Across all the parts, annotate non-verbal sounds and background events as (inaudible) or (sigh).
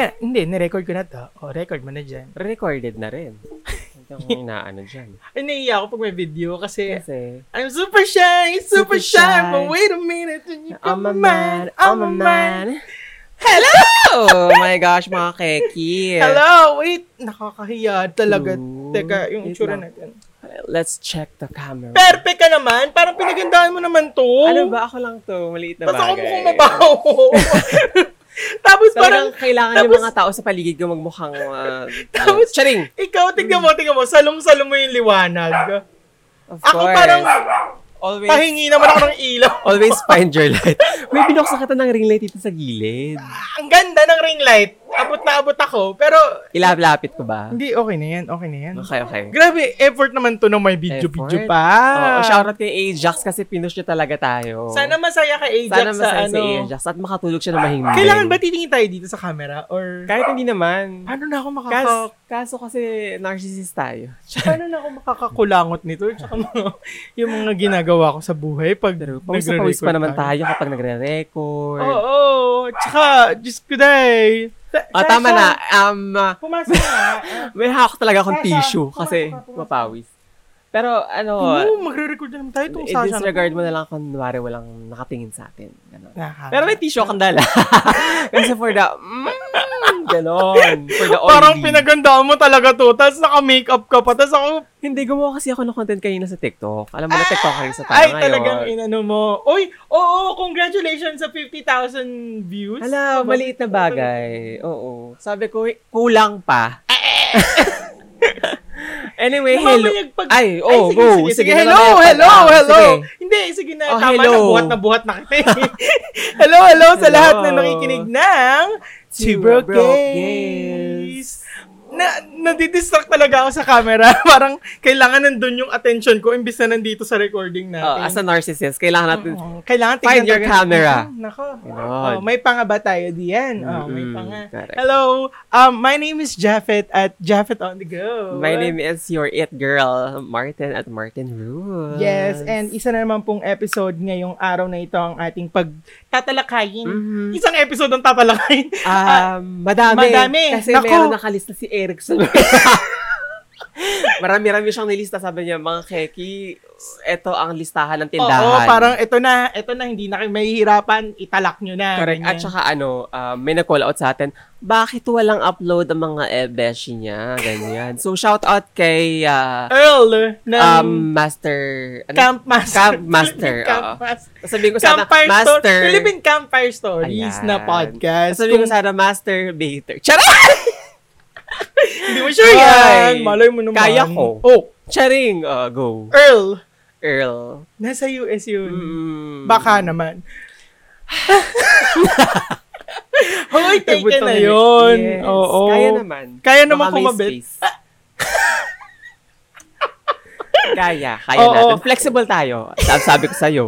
Eh, hindi, nirecord ko na to. O, record mo na dyan. Recorded na rin. Ito (laughs) kung inaano dyan. Ay, naiiyak ako pag may video kasi Kasi, I'm super shy, super, Super shy, shy. but wait a minute when you I'm come a man, I'm a man. Hello! (laughs) Oh my gosh, mga keki. Hello! Wait! Nakakahiya talaga. Ooh, Teka, yung wait itsura lang. natin. Let's check the camera. Perfect ka naman! Parang pinagandahan mo naman to! Ano ba? Ano Ako lang to. Maliit na Tapos ako bagay. mukhang mabaho. (laughs) Tapos parang, Parang kailangan yung tapos- mga tao sa paligid ko magmukhang... Uh, Tapos- charing! ikaw, tignan mo, tignan mo, salong-salong mo yung liwanag. Of Ako course. parang always, pahingi naman ako ng ilaw. (laughs) always find your light. May binuksan kita ng ring light dito sa gilid. Ang ganda ng ring light. Abot na abot ako. Pero, Ilaplapit ko ba? hindi, okay na yan, okay na yan. Okay, okay. Grabe, effort naman to ng may video-video Effort? pa. Oo, shoutout kay Ajax kasi pinush niya talaga tayo. Sana masaya ka, Ajax. Sana sa masaya si ano. Ajax at makatulog siya na mahimik. Kailangan ba titingin tayo dito sa camera? Or, Kahit hindi naman. paano na ako makaka... Kas, kaso kasi narcissist tayo. paano na ako makakakulangot nito? (laughs) Tsaka mga, yung mga ginagawa ko sa buhay pag Pawis na pawis pa naman eh. tayo kapag nagre-record. Oo, oh, tsaka, Diyos ko day. Ah, tama na. Um, uh, Pumasok (laughs) na. may hawak talaga akong Sasha, tissue pumasok kasi ka, pumasok. mapawis. Pero ano, Oo, magre-record na naman tayo itong Sasha. na to. i-disregard mo na lang kung kunwari walang nakatingin sa atin. Ganon. Nakaka- Pero may tissue akong dala. (laughs) kasi for the, mm, ganon. For the Parang oily. pinagandaan mo talaga to. Tapos naka-makeup ka pa. Tapos ako, Hindi, gumawa kasi ako ng content kanina sa TikTok. Alam mo na TikTok rin sa tayo ay, ngayon. talagang inano mo. Uy, oo, congratulations sa 50,000 views. Hala, maliit na bagay. Oo. Sabi ko, eh, kulang pa. (laughs) anyway, hello. Namamanyag pag- Ay, oh, sige, go. Sige, sige, na hello, mamaya pa. hello, Ah, hello. sige. Hindi, sige na. Oh, tama hello. na, buhat na buhat na kita. eh. (laughs) hello, hello sa Hello. lahat na nakikinig ng Two Broke Broke Gays. Na, nadidistract talaga ako sa camera. (laughs) Parang kailangan nandun yung attention ko imbis na nandito sa recording Oh, natin. as a narcissist, kailangan natin... Oo, kailangan tingnan Find your talaga- camera. Mm, Nako. Ganon. Oh, may panga ba tayo diyan? Oh, may Mm-mm, panga. Mm-hmm. correct. Hello. Um, my name is Japheth at Japheth on the go. My name is your it girl, Martin at Martin Rules. Yes, and isa na naman pong episode ngayong araw na ito ang ating pagtatalakayin. Mhm. Isang episode ang tatalakayin. Ah, Um, madami. madami. Kasi Nako. meron nakalista si Erickson. (laughs) Marami-rami siyang nilista. Sabi niya, mga keki, ito ang listahan ng tindahan. Oo, parang ito na, ito na, hindi na kayo mahihirapan, italak nyo na. Correct. Ganyan. At saka ano, uh, may nag-call out sa atin, bakit walang upload ang mga ebeshi niya? Ganyan. So, shout out kay ah, Earl ng um, Master... Ano? Camp Master. Camp (laughs) Master, Philippine Camp oo. Master. Sabihin ko sana, Campfire Stories. Master... Philippine Campfire Stories Ayan. na podcast. Sabihin ko Kung sana, Master Bater. Charing! Hindi mo sure yan. Ay, Malay mo naman. kaya ko. Oh, Charing! Ah, go. Earl. Earl. Nasa US yun. Mm. Baka naman. Hoy, take Nagbutong na ni- yun. Yes. Oo. Kaya naman. Kaya naman Baka may kumabit. space. (laughs) kaya. Kaya Oo. natin. Flexible tayo. Sabi, sabi ko (laughs) sa'yo.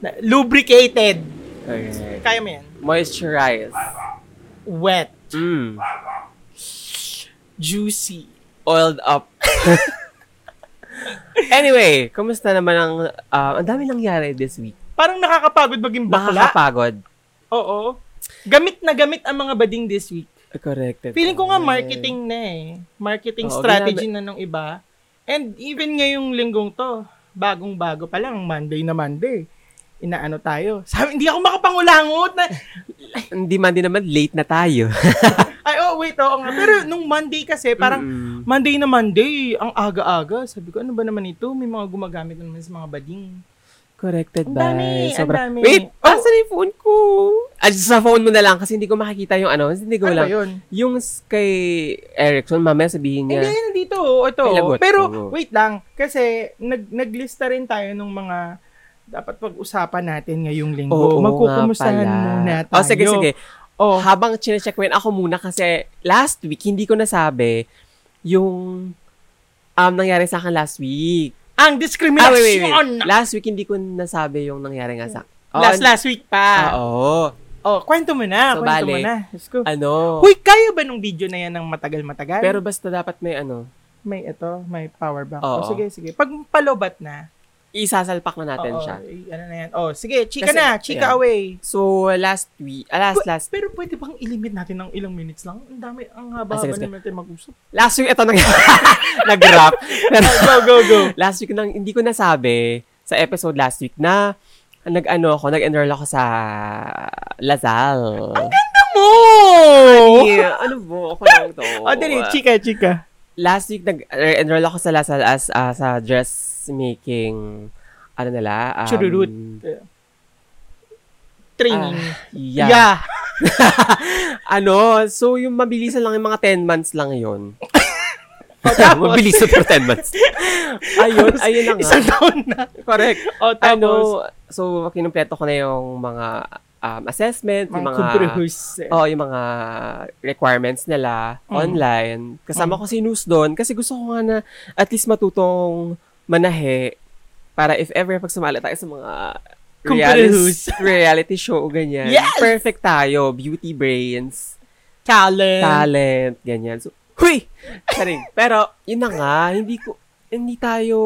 Na- Lubricated. Okay. Kaya mo yan. Moisturize. Wet. Mm. Juicy. Oiled (laughs) up. anyway, kumusta naman ang... ah, ang dami nangyari this week. Parang nakakapagod maging bakla. Nakakapagod. Oo. Gamit na gamit ang mga bading this week. Corrected. Feeling ko nga marketing na eh. Marketing Oo, strategy na ng iba. And even ngayong linggong to, bagong-bago pa lang, Monday na Monday, inaano tayo. Sabi, hindi ako makapangulangot na, Hindi man din naman, late na tayo. ay oh wait, oo nga. Pero nung Monday kasi, parang Mm-mm. Monday na Monday, ang aga-aga. Sabi ko, ano ba naman ito? May mga gumagamit na naman sa mga bading. Corrected Ang by... dami, ang sobra- dami. Wait, Oh. asan yung phone ko? Ah, sa phone mo na lang kasi hindi ko makikita yung ano. Hindi ko Ano ba lang. yun? Yung s- kay Erickson, mamaya sabihin niya. Hindi, yeah. dito. oh, Ito. Ay, oh. lagot. Pero, Oo. wait lang. Kasi, nag, naglista rin tayo ng mga dapat pag-usapan natin ngayong linggo. Oo, Magkukumustahan nga pala. muna tayo. Oh, sige, sige. Oh, habang chinecheck ko yun, ako muna kasi last week, hindi ko nasabi yung um, nangyari sa akin last week. ang Ah, discrimination! wait, wait, wait. Last week, hindi ko nasabi yung nangyari nga sa Oh, Last, an- last week pa. Oo. Oh, kwento mo na. So, kwento mo balik. na. Diyos ko. Ano? Huy, kaya ba nung video na yan ng matagal-matagal? Pero basta dapat may ano. may ito, may power bank. Oh, Oo. sige, sige. Pag palobat na, isasalpak na natin Oo, siya. eh, Ano na yan? Oh, sige, chika Kasi, na, chika ayan. away. So, last week, ah, last, Pwe- last, Pero pwede bang ilimit natin ng ilang minutes lang? Ang dami, ang haba Ah, ba sige, sige. naman natin mag-usap? last week, ito nag, (laughs) nag-wrap. go, go, go. last week nang hindi ko nasabi sa episode last week na nag-ano ako, nag-enroll ako sa Lazal. Ang ganda mo! ano mo? Ako lang (laughs) to. Oh, dali, chika, chika. last week nag-enroll ako sa Lazal as ah, sa dressmaking ano nila? Um, ah, Chururut. Training. Yeah. (laughs) Ano, so yung mabilisan lang yung mga 10 months lang yon. (laughs) Oh, Mabilisan pero 10 months. (laughs) ayun, ayun lang nga. Ah. Isang taon na. Correct. O, tapos, ano, so kinumpleto ko na yung mga um, mga assessment, eh. yung mga kumbruhus. oh, yung mga requirements nila Mm. online. Kasama ko si Nus doon kasi gusto ko nga na at least matutong manahe para if ever pag sumali tayo sa mga reality, Kumpirehus. (laughs) reality show, ganyan. Yes! Perfect tayo. Beauty brains, talent. talent, ganyan. So, huy! (laughs) Saring. Pero, yun na nga, hindi ko, hindi tayo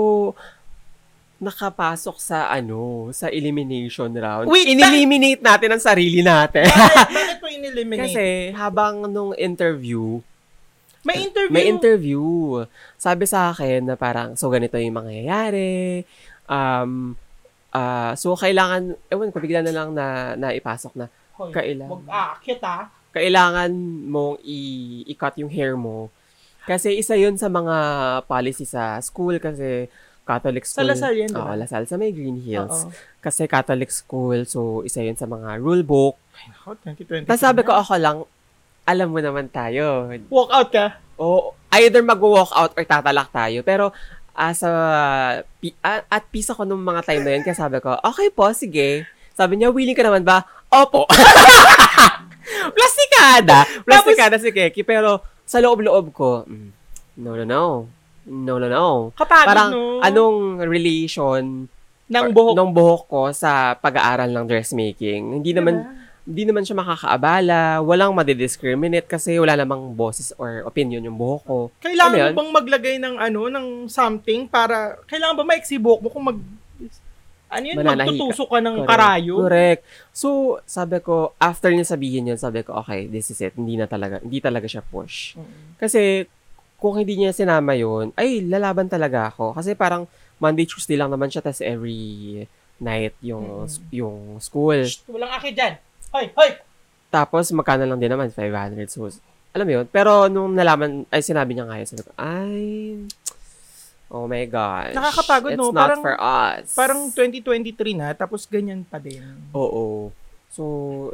nakapasok sa ano, sa elimination round. Wait, In-eliminate natin ang sarili natin. (laughs) Bakit, bakit po in-eliminate? Kasi habang nung interview, may interview. may interview, sabi sa akin na parang, so ganito yung mangyayari, um, ah, so kailangan, ewan ko, bigla na lang na, naipasok na, Hoy, kailangan. Huwag aakit ah. kailangan mong i- i-cut yung hair mo. Kasi isa yun sa mga policy sa school kasi Catholic Sa school. Lasal yan, di ba? Oo, Lasal sa may Green Oo. Hills. Kasi Catholic school, so isa yun sa mga rule book. Ako, 2020. Tapos sabi ko ako lang, alam mo naman tayo, Walk out ah. ka. O either mag-walk out or tatalak tayo. Pero as a, pi- a- at peace ako nung mga time na yun. Kaya sabi ko, okay po, sige. Sabi niya, willing ka naman ba? Opo. (laughs) Plastikada. Plastikada si Keki. Pero sa loob-loob ko, mm, no, no, no. No, no, no. Kapag Parang Ano, no, ano, anong relation ng or- buhok. ng buhok ko sa pag-aaral ng dressmaking? Hindi Diba? naman hindi naman siya makakaabala, walang madidiscriminate kasi wala namang boses or opinion yung buhok ko. Kailangan mo Ano yun? bang maglagay ng ano, ng something para, kailangan ba maiksi buhok mo kung mag, ano yun, Mananahi ka. magtutusok ka ng Correct. karayo? Correct. So, sabi ko, after niya sabihin yun, sabi ko, okay, this is it. Hindi na talaga, hindi talaga siya push. Mm. Kasi, kung hindi niya sinama yun, ay, lalaban talaga ako. Kasi parang Monday, Tuesday lang naman siya, tas every night yung, Mm. yung school. Shh, walang akit dyan. Hoy, hoy! Tapos, magkano lang din naman, 500. So, alam mo yun. Pero, nung nalaman, ay, sinabi niya nga yun, sabi ko, ay, oh my gosh. Nakakapagod, it's no? not Parang- for us. Parang 2023 na, tapos ganyan pa din. Oo. So,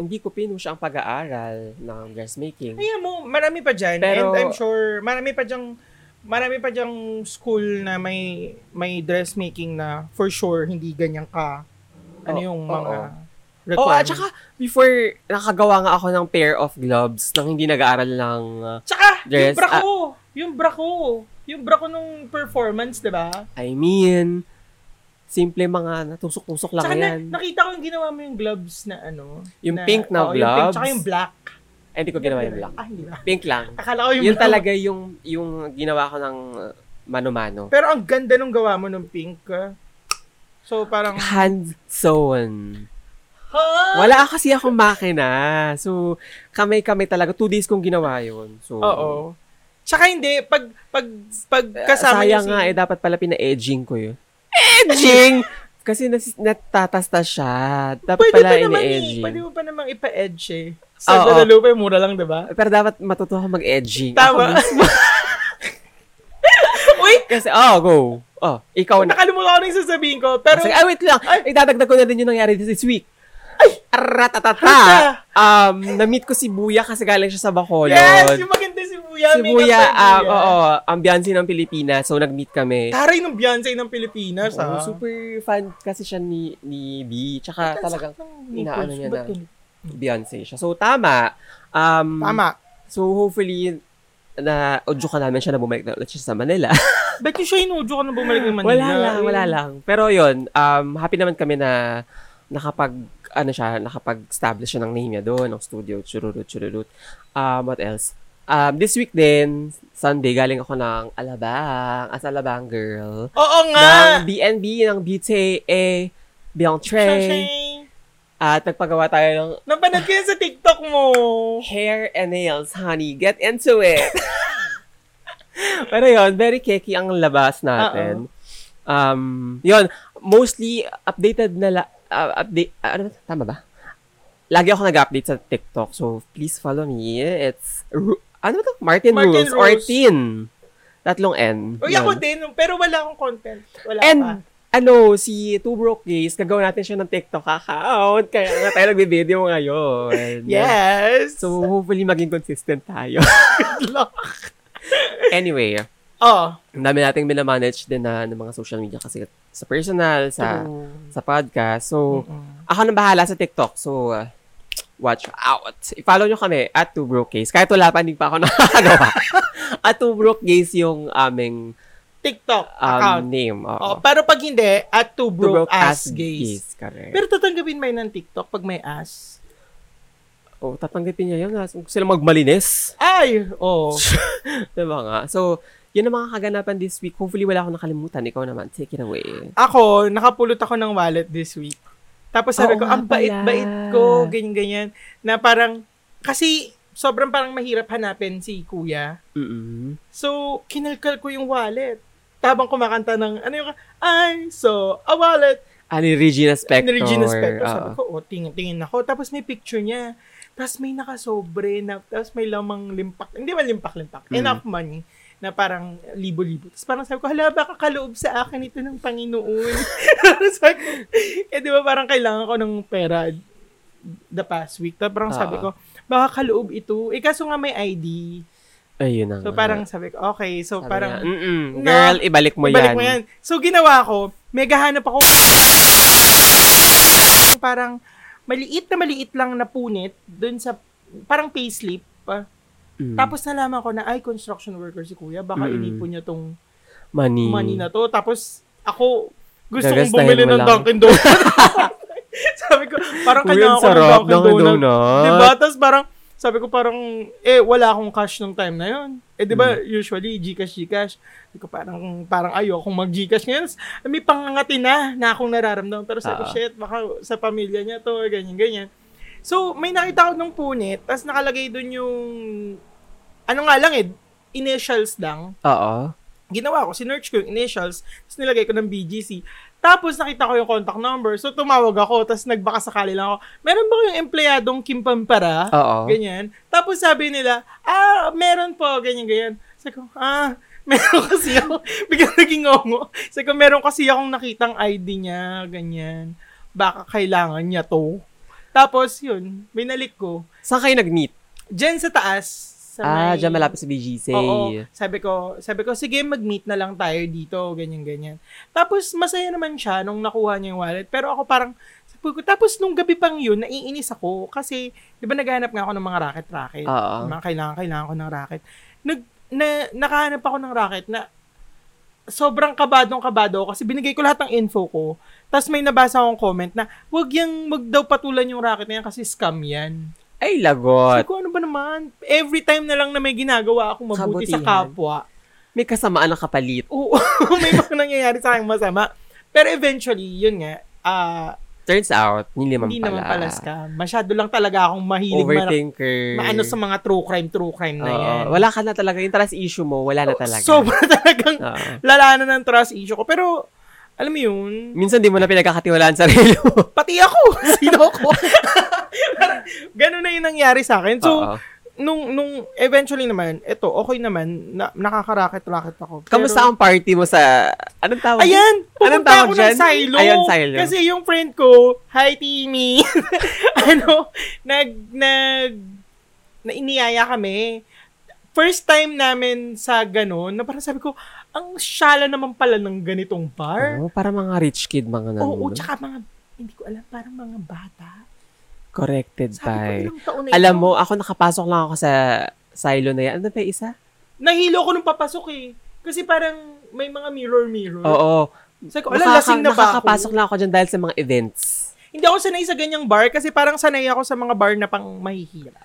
hindi ko pinush ang pag-aaral ng dressmaking. Kaya mo, marami pa dyan. Pero- and I'm sure, marami pa dyan, marami pa dyan school na may, may dressmaking na for sure, hindi ganyan ka. Ano Oh, yung oo. mga requirements. Oo, at saka, before, nakagawa nga ako ng pair of gloves nang hindi nag-aaral ng... uh, Tsaka, yung Dress, bra ko, yung bra ko, yung bra ko nung performance, di ba? I mean, simple mga natusok-tusok lang Tsaka na, yan. nakita ko yung ginawa mo yung gloves na ano. Yung pink na oo, Yung pink, gloves? tsaka yung black. Ay, hindi ko ginawa yung black. Ah, hindi ba? Pink lang. Akala ko yung Yun black. talaga yung, yung ginawa ko ng uh, mano-mano. Pero ang ganda nung gawa mo nung pink. ah. So, parang, hand sewn. ha? Wala kasi akong makina. So, kamay-kamay talaga. Two days kong ginawa yun. So, Oo. Tsaka hindi, pag, pag, pag kasama niya Kasaya si... nga, eh, dapat pala pina-edging ko yun. Edging! (laughs) kasi nas- natatasta siya. Dapat pwede pala pa naman eh. ini-edging. Pwede mo pa naman ipa-edge eh. Sa Oo. Guadalupe, mura lang, di ba? Pero dapat matutuwa ako mag-edging. Tama. Ako mismo. (laughs) Uy, kasi, oh, go. Oh, ikaw na. nakalimutan ko na yung sasabihin ko. Pero, Sige, ah, wait lang. Ay! Idadagdag ko na din yung nangyari this week. Ay! Ratatata! Um, na-meet ko si Buya kasi galing siya sa Bacolod. yes, yung maganda si Buya. si may Buya, kapatid um, niya. oo, ambiance ng Pilipinas. So, nag-meet kami. Eh, Taray ng Beyonce ng Pilipinas, Oo, ah. super fan kasi siya ni, ni B. Tsaka talagang inaano niya na. Hmm. Beyonce siya. So, tama. Um, Tama. So, hopefully, na audio ka namin siya na bumalik na ulit siya sa Manila. Ba't yung siya inudyo ka na bumalik ng Manila? wala lang, wala Eh, lang. Pero yon um, happy naman kami na nakapag, ano siya, nakapag-establish siya ng name niya doon, ng studio, chururut, chururut. Um, what else? um, this week din, Sunday, galing ako ng Alabang, as Alabang girl. Oo Ng nga! BNB, ng BTA, Beyonce. Shay! At nagpagawa tayo ng Napanood ko yun sa TikTok mo. hair and nails, honey. Get (laughs) into it! Pero yun, very keki ang labas natin. Um, yun, mostly updated na la- uh, update, uh, ano, tama ba? Lagi ako nag-update sa TikTok, so please follow me. It's, Ru- ano ba to? Martin, Martin Rules, or Rules. Tin. Tatlong N. Uy, Yun. ako din, pero wala akong content. Wala And, pa. ano, si Two Broke Case, gagawa natin siya ng TikTok account, kaya nga tayo nagbe-video ngayon. (laughs) Yes! So, hopefully, maging consistent tayo. Good luck. anyway, Oh. ang dami nating minamanage din na ng mga social media kasi sa personal, sa True. sa podcast. So, Mm-mm. ako nang bahala sa TikTok. So, uh, watch out. I-follow nyo kami at Two Broke Case. Kahit wala pa, hindi pa ako (laughs) nakakagawa. at Two Broke Case yung aming TikTok um, account. name. Oh, Oo. pero pag hindi, at two Two broke, ass, as gays. Correct. Pero tatanggapin may ng TikTok pag may ass. oh, tatanggapin niya yun. Ha? So, Gusto sila magmalinis. (laughs) Ay, oh. diba nga? So, yun ang mga kaganapan this week. Hopefully, wala akong nakalimutan. Ikaw naman. Take it away. Ako, nakapulot ako ng wallet this week. Tapos sabi Oo ko, nga ang bait-bait pala." ko, ganyan-ganyan. Na parang, kasi sobrang parang mahirap hanapin si kuya. Mm-mm. So, kinalkal ko yung wallet. Tabang kumakanta ng, ano yung, I saw a wallet. Ah, ni Regina Spector. Ni Regina Spector. Sabi Oo. ko, oh, tingin, tingin ako. Tapos may picture niya. Tapos may nakasobre. Na, tapos may lamang limpak. Hindi man limpak-limpak. Mm. Enough money na parang libo-libo. Tapos parang sabi ko, hala, baka kaloob sa akin ito ng Panginoon. (laughs) sabi ko, eh di ba parang kailangan ko ng pera the past week. Tapos parang sabi ko, Oo. baka kaloob ito. Eh kaso nga may ID. Ayun na So nga. parang sabi ko, okay. So Sabi parang, niya, "Mm-mm, na- girl, ibalik mo Ibalik yan. mo yan. So, ginawa ko, mega hanap ako. Parang, maliit na maliit lang na punit dun sa, parang payslip. ah. Mm. Tapos nalaman ko na, ay, construction worker si kuya. Baka Mm-mm. inipon niya tong money. money na to. Tapos, ako, gusto kong Gagastahin bumili mo ng lang. Dunkin' Donuts. (laughs) sabi ko, parang Uy, kanya ang ako ng sarap Dunkin' ng Donuts. donut. Diba? Tapos parang, sabi ko parang, eh, wala akong cash nung time na yun. Eh, di ba, usually, Gcash, Gcash. Sabi ko parang, parang ayokong mag-Gcash ngayon. Eh, May pangangati na, na akong nararamdaman. Pero sabi ko, Ah. shit, baka sa pamilya niya to, ganyan, ganyan. So, may nakita ko nung punit, tapos nakalagay dun yung, ano nga lang eh, initials lang. Oo. Ginawa ko, sinerch ko yung initials, tapos nilagay ko ng BGC. Tapos nakita ko yung contact number, so tumawag ako, tapos nagbaka sakali lang ako, meron ba yung empleyadong Kim Pampara? Oo. Ganyan. Tapos sabi nila, ah, meron po, ganyan, ganyan. Sabi ko, ah, (laughs) meron kasi ako. (laughs) Biglang naging ngongo. Sabi ko, meron kasi akong nakitang ID niya, ganyan. Baka kailangan niya to. Tapos, yun, binalik ko. Saan kayo nag-meet? Diyan sa taas. Sa Ah, may- dyan malapit sa BGC. Oo. Sabi ko, sabi ko, sige, mag-meet na lang tayo dito, ganyan, ganyan. Tapos, masaya naman siya nung nakuha niya yung wallet. Pero ako parang, sabi ko, tapos nung gabi pang yun, naiinis ako kasi, di ba naghanap nga ako ng mga racket-racket. Oo. Mga kailangan, kailangan ko ng racket. Nag, na, nakahanap ako ng racket na sobrang kabadong kabado ako kasi binigay ko lahat ng info ko. Tapos may nabasa akong comment na, wag yung, wag daw patulan yung racket na yan kasi scam yan. Ay, Sabi lagot. ko, ano ba naman? Every time na lang na may ginagawa akong mabuti sa Kabutihan. kapwa, May kasamaan na kapalit. oo, (laughs) may mga nangyayari sa akin masama. Pero eventually, yun nga, ah, Turns out, hindi naman hindi pala. naman pala scam. Masyado lang talaga akong mahilig ma- Overthinker. maano sa mga true crime, true crime na Oo. yan. Wala ka na talaga. Yung trust issue mo, wala na talaga. Sobra (laughs) talagang Oo. lala na ng trust issue ko. Pero, alam mo yun, Minsan di mo na pinagkakatiwalaan sa sarili (laughs) mo. pati ako, sino ko? Parang, ganun na yung nangyari sa akin. So, (laughs) Oo. nung, nung eventually naman, eto, okay naman, na, nakakaraket-raket ako. Pero- Kamusta ang party mo sa... Anong tawag? Ayan! Anong Pumunta tawag ako dyan? ng silo. Ayan, silo. Kasi yung friend ko, hi Timmy, (laughs) ano, nag, nag, nainiyaya kami. First time namin sa ganun, na parang sabi ko, ang syala naman pala ng ganitong bar. Oo, para mga rich kid, mga Oo, nanonood. tsaka mga, hindi ko alam, parang mga bata. Corrected by. Sabi ko, ilang taon na Alam ito? mo, ako nakapasok lang ako sa silo na yan. Ano pa yung isa? Nahilo ko nung papasok eh. Kasi parang may mga mirror-mirror. Oo. Sabi Hmm? ko, ala, Nakaka- lasing na ba Nakakapasok ako? lang ako dyan dahil sa mga events. Hindi ako sanay sa ganyang bar kasi parang sanay ako sa mga bar na pang mahihirap.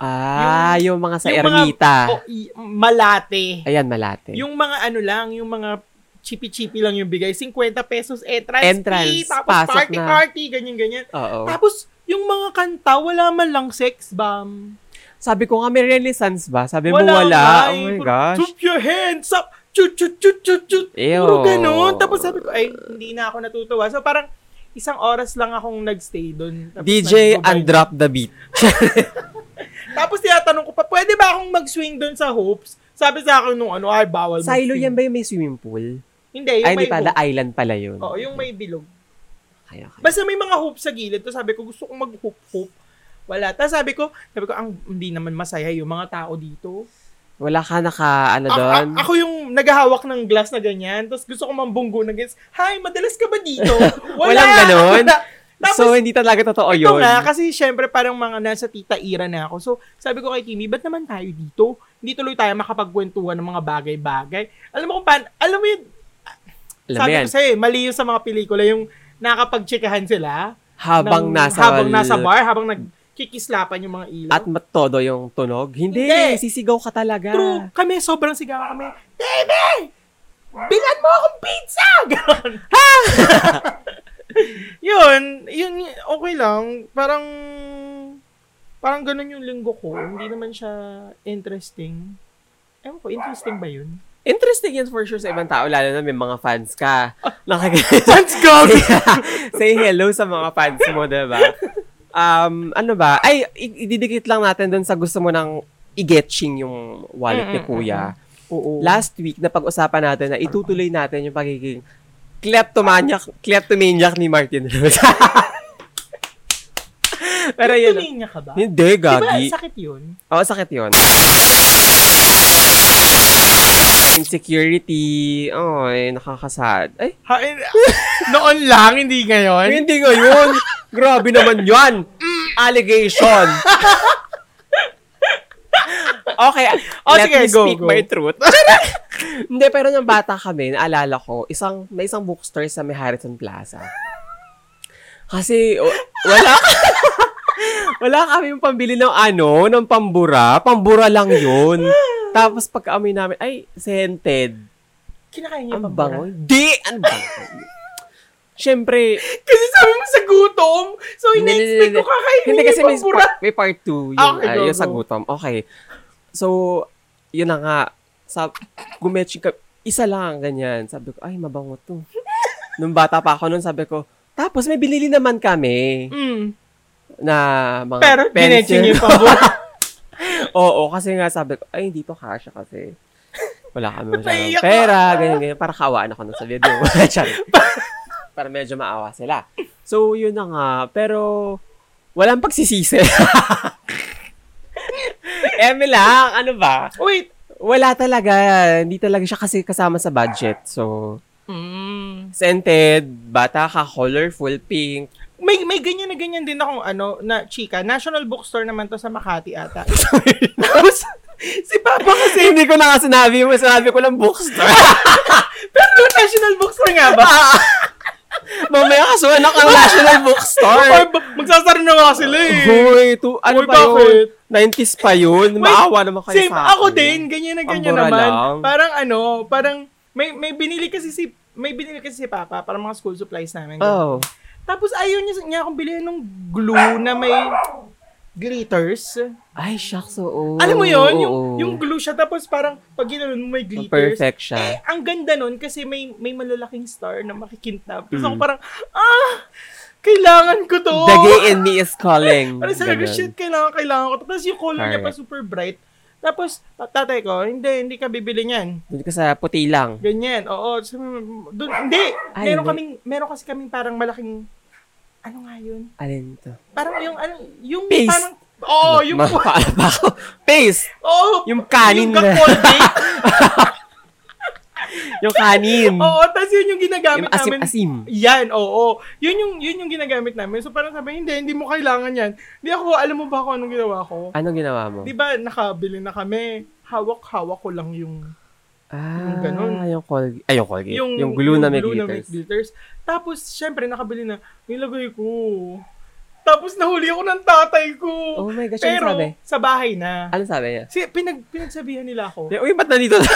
Ah, yung, mga sa Yung mga- ermita. O, i- malate. Ayan, malate. Yung mga ano lang, yung mga chipi-chipi lang yung bigay. 50 pesos entrance, Entrance, fee, tapos pasok party, na. Oh. party, ganyan-ganyan. Oo. Tapos, yung mga kanta, wala man lang sex bomb. Sabi ko nga, may renaissance ba? Sabi mo Wala wala. nga, Oh eh. my Puro, gosh. Keep your hands up! Chut, chut, chut, chut, chut. Ew. Puro ganun. Tapos sabi ko, ay, hindi na ako natutuwa. So parang, isang oras lang akong nagstay doon. Tapos DJ nag-go-bye. and drop the beat. Tapos tinatanong ko pa, pwede ba akong mag-swing doon sa Hopes? Sabi sa akin nung ano, ay, bawal Silo mag-swing. yan ba yung may swimming pool? Hindi, yung Ay, may hindi pala. hoop. Island pala yun. Oo, yung may bilog. Okay, okay. Basta may mga hoop sa gilid. Tapos sabi ko, gusto kong mag-hoop-hoop. Wala. Tapos sabi ko, sabi ko, ang hindi naman masaya yung mga tao dito. Wala ka naka, ano Ako, doon? a- ako yung naghahawak ng glass na ganyan, tapos gusto ko mambunggo na ganyan. Hi, madalas ka ba dito? Wala. (laughs) Walang ganun? Wala. (laughs) Tapos, so, hindi talaga ah. totoo ito yun. nga, kasi syempre parang mga nasa tita era na ako. So, sabi ko kay Kimi, ba't naman tayo dito? Hindi tuloy tayo makapagkwentuhan ng mga bagay-bagay. Alam mo kung paano, alam mo yun, Alam mo sabi yan, ko sa'yo, eh, mali yun sa mga pelikula, yung nakakapag-checkahan sila. habang ng- nasa, habang nasa bar, habang nagkikislapan yung mga ilaw. at matodo yung tunog. Hindi, Hindi. sisigaw ka talaga. True, kami sobrang sigaw kami. Baby! Bilan mo akong pizza! (laughs) Ganon. Ha! yun, yun, okay lang. Parang, parang ganun yung linggo ko. Hindi naman siya interesting. Ewan ko, interesting ba yun? Interesting yan for sure sa ibang tao, lalo na may mga fans (laughs) ka. Nakag- (laughs) Let's go! Say hello sa mga fans mo, diba? Um, ano ba? Ay, i- ididikit lang natin dun sa gusto mo ng i-getching yung wallet Mm-mm, ni Kuya. Oo. Last week, napag-usapan natin na itutuloy natin yung pagiging kleptomaniac, kleptomaniac ni Martin Rose. (laughs) Pero yun, Tuloy niya ka ba? hindi, Di ba, gagi. sakit yun? Oo, sakit yun. Insecurity. Oh, eh, nakakasad. Ay, Ha, eh, (laughs) noon lang, hindi ngayon. hindi ngayon. (laughs) Grabe naman yun. Allegation. okay. Oh, let sige, me go, speak go. my truth. (laughs) hindi, pero nung bata kami, naalala ko, isang, may isang bookstore sa may Harrison Plaza. Kasi, w- wala (laughs) wala kami yung pambili ng ano, ng pambura. Pambura lang yun. Tapos pag kami namin, ay, scented. Kinakain niya Ang ba? bango. Di! Ang bango. Siyempre, Kasi sabi mo sa gutom, so Hindi, in-expect hindi, ko kakainin Hindi kasi may, pambura. part- may part 2 yung, Ah, okay, ah, go, yung sa go. gutom. Okay. So, yun na nga. Sa, gumetching ka. Isa lang, ganyan. Sabi ko, ay, mabango to. Nung bata pa ako nun, sabi ko, tapos may binili naman kami Mm. na mga Pero, Ah, pencil. ginetching yung (laughs) pambura. Oo, kasi nga sabi ko, ay, hindi to kasha kasi. Wala kami masyadong Naiyak pera, ganyan, ganyan. Para kawaan ako nun sa video. (laughs) Charot. Para medyo maawa sila. So, yun na nga. Pero, walang pagsisisi. (laughs) Eme lang, ano ba? Wait. Wala talaga. Hindi talaga siya kasi kasama sa budget. So, Mm. scented, bata ka, colorful, pink. (laughs) May, may ganyan na ganyan din akong ano, na chika. National Bookstore naman to sa Makati ata. Tapos, si Papa kasi, Kasi hindi ko na nga sinabi mo. Sinabi ko lang bookstore. pero National Bookstore nga (laughs) ba? Mamaya kasuhan ako ng National Bookstore. Or, ba- magsasara na nga sila (laughs) eh. Hoy, to, Hoy, ano ba bakit? yun? 90s pa yun. Wait, Maawa naman kayo Same, sa ako din, ganyan na ganyan Pambura naman. lang. Parang ano, parang, may, may binili kasi si, may binili kasi si Papa para mga school supplies namin. Oh. Tapos ayaw niya, niya akong bilhin ng glue na may glitters. Ay, shucks, oo. Alam mo yon yung, oo. yung glue siya, tapos parang pag ginanon mo may glitters. Perfect Eh, siya. ang ganda nun kasi may may malalaking star na makikintab. Tapos ako Mm. parang, ah, kailangan ko to. The gay in me is calling. Parang Oh! Ano sabi ko, Ganun. shit, kailangan, kailangan ko to. Tapos yung color niya pa Correct. super bright. Tapos, ta- tatay ko, hindi, hindi ka bibili niyan. Doon ka sa puti lang. Ganyan, oo. Sabi mo, Dun, hindi, Ay, meron, hindi. kaming, meron kasi kaming parang malaking, ano nga yun? Alin to? Parang yung, ano, yung Paste. parang, oo, Oh, yung, Ma- paano ba ako? Face! oo, Yung yung kanin na. (laughs) Colgate. Yung kanin. Oo, tapos yun yung ginagamit Mm. yung asim, namin. asim. Yan, oo. Yun yung, yun yung ginagamit namin. So parang sabi, hindi, hindi mo kailangan yan. Di ako, alam mo ba kung anong ginawa ko? Anong ginawa mo? Di ba, nakabili na kami. Hawak-hawak ko lang yung, ah, yung yung ganun. Yung Colgate. Ay, yung Colgate. Yung, glue na may glue na may glitters. glitters. Tapos, syempre, nakabili na, nilagay ko. Tapos nahuli ako ng tatay ko. Oh my gosh, ano Pero sabi? sa bahay na. Ano sabi niya? Si, pinag, pinagsabihan nila ako. Uy, ba't nandito na?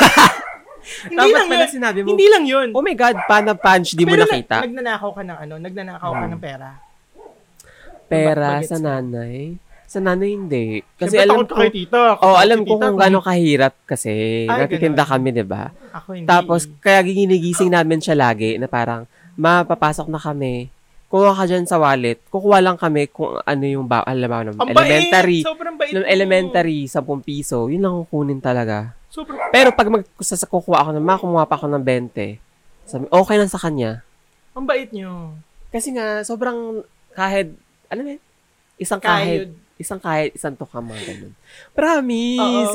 Hindi Dapat lang pala yun. sinabi mo. Hindi lang yun. Oh my God, pan na punch, di mo Pero na- nakita. nagnanakaw ka ng ano, nagnanakaw ka ng pera. Pera Bagets sa na. nanay. Sa nanay, hindi. Kasi Siyempre, alam takot ko, ka kay tita. oh, Takot alam kay ko tita kung ako. gaano kahirap kasi. Ay, Natitinda ganun. kami, di ba? Ako hindi. Tapos, kaya ginigising namin siya lagi na parang, ma, papasok na kami. Kuha ka dyan sa wallet. Kukuha lang kami kung ano yung, ba, alam mo, ng Ang bait, elementary. Sobrang bait. Ng mo. elementary, 10 piso. Yun lang kukunin talaga. Sobrang, Pero pag mag, sa, sa- kukuha ako ng ma, kumuha pa ako ng 20. Sabi, okay lang sa kanya. ang bait nyo. Kasi nga, sobrang kahit, alam mo, yun, isang kahit, Kahit. isang kahit, isang toka, mga ganun. Promise,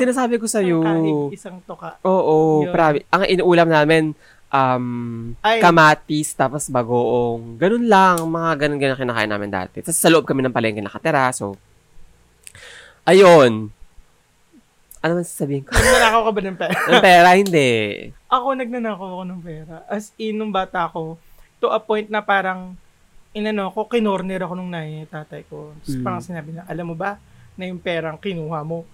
Oo. sinasabi ko sa'yo. Isang kahig, Oo, isang toka. oo Yun. promise. Ang inuulam namin, um, Ay. kamatis, tapos bagoong, ganun lang, mga ganun-ganun kinakain namin dati. Tapos sa loob kami ng palengke nakatira, so, ayun. Ano man sasabihin ko? Nagnanakaw ka ba ng (laughs) pera? Ang pera, hindi. (laughs) ako nagnanakaw ako ng pera. As in, nung bata ako, to a point na parang, inano ko, kinorner ako nung nanay at tatay ko. Tapos Mm. parang sinabi na, alam mo ba, na yung perang kinuha mo,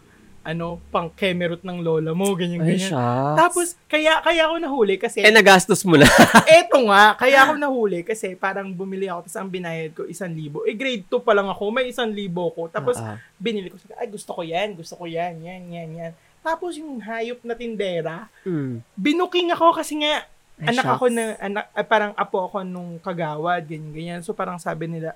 ano, pang kemerot ng lola mo, Ay, ganyan-ganyan. siya. Tapos, kaya, kaya ako nahuli kasi, eh, nagastos mo na. eto nga, kaya ako nahuli kasi parang bumili ako, tapos ang binayad ko, isang libo. Eh, grade 2 pa lang ako, may isang libo ko. (laughs) Tapos, Ah, ah. binili ko, ay, gusto ko yan, gusto ko yan, yan, yan, yan. Tapos, yung hayop na tindera, Mm. binuking ako kasi nga Ay, anak shucks. ako na anak ah, parang apo ako nung kagawad ganyan ganyan so parang sabi nila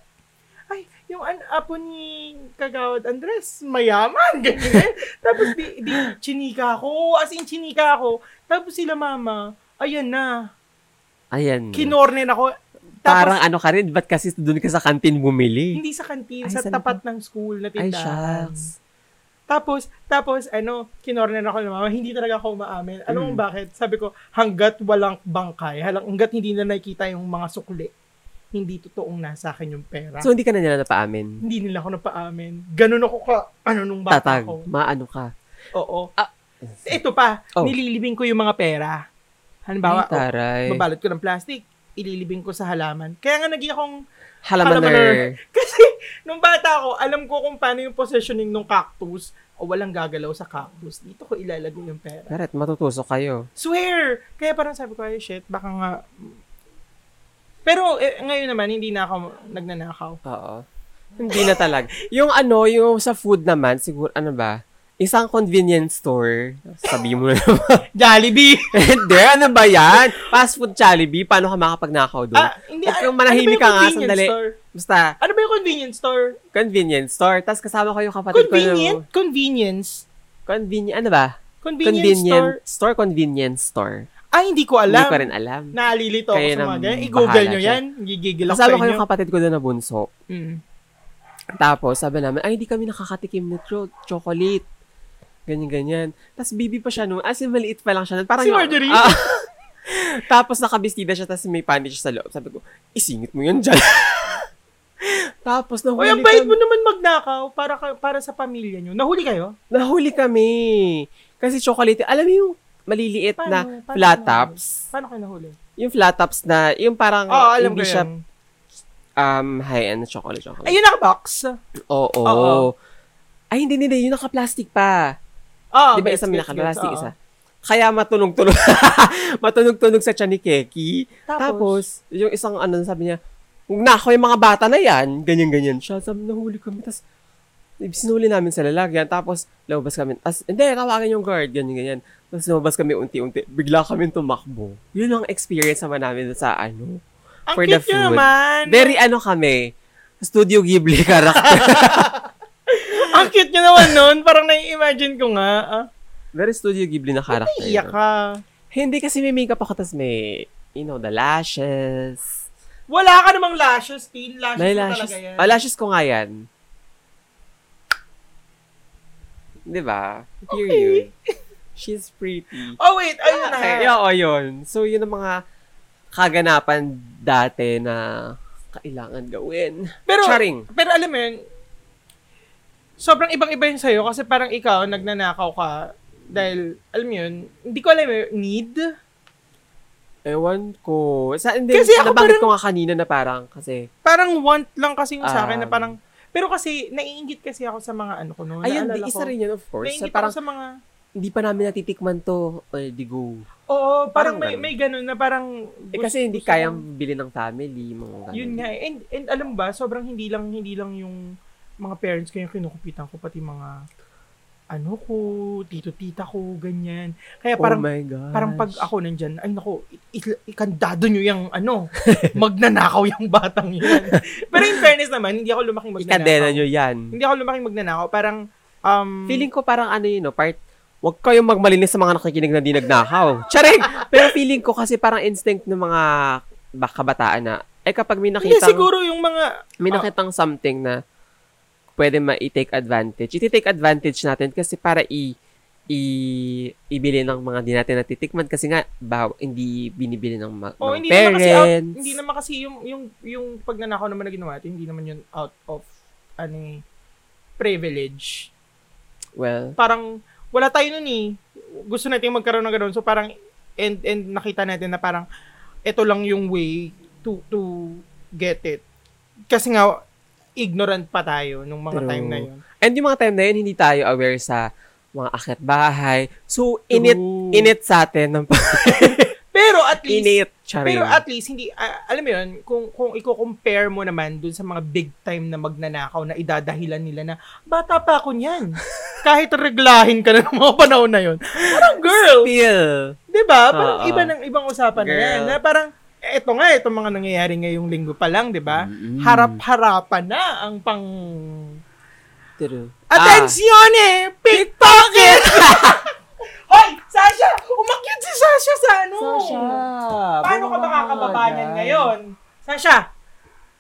ay yung an apo ni kagawad Andres mayaman (laughs) ganyan tapos di, di chinika ako as in chinika ako tapos sila mama ayan na Ayan. kinornen ako Hmm. Parang tapos ano ka rin, ba't kasi doon ka sa kantin bumili? hindi sa kantin Ay, sa saan tapat ng school na Ay, tindahan shucks. Tapos, tapos, ano, kinorner ako ng mama, hindi talaga ako umaamin. Alam mo Mm. bakit? Sabi ko, hanggat walang bangkay, halang, hanggat hindi na nakikita yung mga sukli, hindi totoong nasa akin yung pera. So, hindi ka na nila napaamin? hindi nila ako napaamin. Ganun ako ka, ano nung bata Tatag. ko. Maano ka? Oo. Ah. Ito pa, Oh. nililibing ko yung mga pera. Ay, Halimbawa, oh, taray. babalot ko ng plastic, ililibing ko sa halaman. Kaya nga naging akong Halamaner. Kasi, nung bata ako, alam ko kung paano yung positioning ng cactus o walang gagalaw sa cactus. Dito ko ilalagay yung pera. Karet, matutusok kayo. Swear! Kaya parang sabi ko, ay shit, baka nga... Pero eh, ngayon naman, hindi na ako nagnanakaw. Oo. Hindi na talaga. Yung ano, yung sa food naman, siguro, ano ba? Isang convenience store. Sabi mo na naman. (laughs) Jollibee! (laughs) Hindi, ano ba yan? Fast food Jollibee, paano ka makapagnakaw doon? ah, hindi. ano Huwag kang ba yung manahimik ka nga, convenience sandali. Store? Basta, Ano ba yung convenience store? convenience store. Tapos kasama ko yung kapatid Convenient? Convenience? ko. Convenient? Convenient, ano ba? Convenience, store? Convenience store. convenience store. Ay, hindi ko alam. Hindi ko rin alam. Nalilito ako Kayo sa mga nang ganyan. I-google bahala nyo dyan. yan. Gigigil ako Kasama sa ko inyo. yung kapatid ko doon na bunso. Mm. Tapos, sabi namin, ay, hindi kami nakakatikim na cho- chocolate. Ganyan-ganyan. Tapos, bibi pa siya noon. As in, maliit pa lang siya. nun. Parang, Si Marjorie? Ah. (laughs) tapos, nakabistida siya. Tapos, may bandage sa loob. Sabi ko, isingit mo yun dyan. (laughs) tapos, Uy, nahuli, ang bait mo kami, naman magnakaw para ka- para sa pamilya nyo. Nahuli kayo? nahuli kami. Kasi chocolate, alam mo yung maliliit Paano- na paano flat nahuli? tops. Paano kayo nahuli? Yung flat tops na, yung parang Oo, oh, alam ko hindi siya yan. um, high-end na chocolate. chocolate. Ayun, naka-box. Oo. Oo. Ay, hindi, hindi. Yung naka-plastic pa. Oh, Di ba isa may naka-plastic, isa. Kaya (laughs) matunog-tunog. matunog-tunog sa tiyan ni Keki. Tapos? Tapos, yung isang ano, sabi niya, huwag na ako yung mga bata na yan. Ganyan-ganyan siya. Sabi, nahuli kami. Tapos, sinuli namin sa lalagyan. Tapos, lumabas kami. Tapos, hindi, tawagan yung guard. Ganyan-ganyan. Tapos, lumabas kami unti-unti. Bigla kami tumakbo. Yun ang experience naman namin sa ano. Ang for cute the nyo food. naman. Very ano kami. Studio Ghibli (laughs) character. Ang cute nyo naman nun. Parang nai-imagine ko nga. Ah, Very Studio Ghibli na character. Naiiyak ka. Hindi kasi may makeup ako, tapos may, you know, the lashes. Wala ka namang lashes, Tin. Lashes May mo lashes. talaga yan. Ah, lashes ko nga yan. Di ba? Period. She's pretty. Oh, wait. Ayun na. Okay, oo, yun. So, yun ang mga kaganapan dati na kailangan gawin. Pero, Charing. pero alam mo yun, sobrang ibang-iba yun sa'yo kasi parang ikaw, nagnanakaw ka dahil, alam mo yun, hindi ko alam yun, need? Ewan ko. Sa, hindi, Kasi ako nabanggit parang- ko nga kanina na parang kasi parang want lang kasi yung sa akin na Um, parang Pero kasi, naiingit kasi ako sa mga ano ko noon. Ayun, Naalala di, ko, isa rin yun, of course. Sa Naiingit parang, ako sa mga... hindi pa namin natitikman to. Ay, di go. Oo, parang, Parang may, ganun. may ganun na parang... Eh, gusto- kasi hindi gusto kayang kong- bili ng family. Mga ganun. Yun nga eh. And, and alam mo ba, sobrang hindi lang, hindi lang yung mga parents ko yung kinukupitan ko, pati mga ano ko, tito-tita ko, ganyan. Kaya Oh eh, parang my gosh. Parang pag ako nandyan, ay nako, i- i- ikandado nyo yung (laughs) ano, magnanakaw yung batang yun. Pero in fairness naman, hindi ako lumaking Ikandena magnanakaw. nyo yan. Hindi ako lumaking magnanakaw. Parang, um, Feeling ko parang ano yun, no? Part, wag kayong magmalinis sa mga nakikinig na di nagnakaw. (laughs) Charing! Pero feeling ko kasi parang instinct ng mga ba- kabataan na, eh kapag may hindi nakitang, siguro yung mga, may nakitang something na pwede ma-take advantage. Iti-take advantage natin kasi para i- i ibili ng mga di natin natitikman kasi nga baw, hindi binibili ng mga, oh, mga hindi naman parents. kasi, out, hindi naman kasi yung, yung, yung pagnanakaw naman na ginawa ito, hindi naman yun out of, ano eh, privilege. Well, Parang, wala tayo nun eh. Gusto natin magkaroon ng ganun. So parang, and, and nakita natin na parang, ito lang yung way to, to get it. Kasi nga, ignorant pa tayo nung mga True. time na yun. And yung mga time na yun, hindi tayo aware sa mga akit bahay. So, init, True. init sa atin. Ng, Pero at least, init. Charing. Pero at least hindi ah, alam mo 'yun, kung kung i-compare mo naman dun sa mga big time na magnanakaw na idadahilan nila na bata pa ako niyan. Kahit reglahin ka na ng mga panahon na 'yon. Parang girl, Feel. 'di ba? Parang Oo. iba ng ibang usapan na Girl. 'yan. Na parang eto nga etong mga nangyayari ngayong linggo pa lang, 'di ba? Harap-harapan na ang pang True. Atensyon eh! Pickpocket! (laughs) Hoy! Sasha! Umakyat si Sasha sa ano? Paano ka makakababa niyan ngayon? Sasha,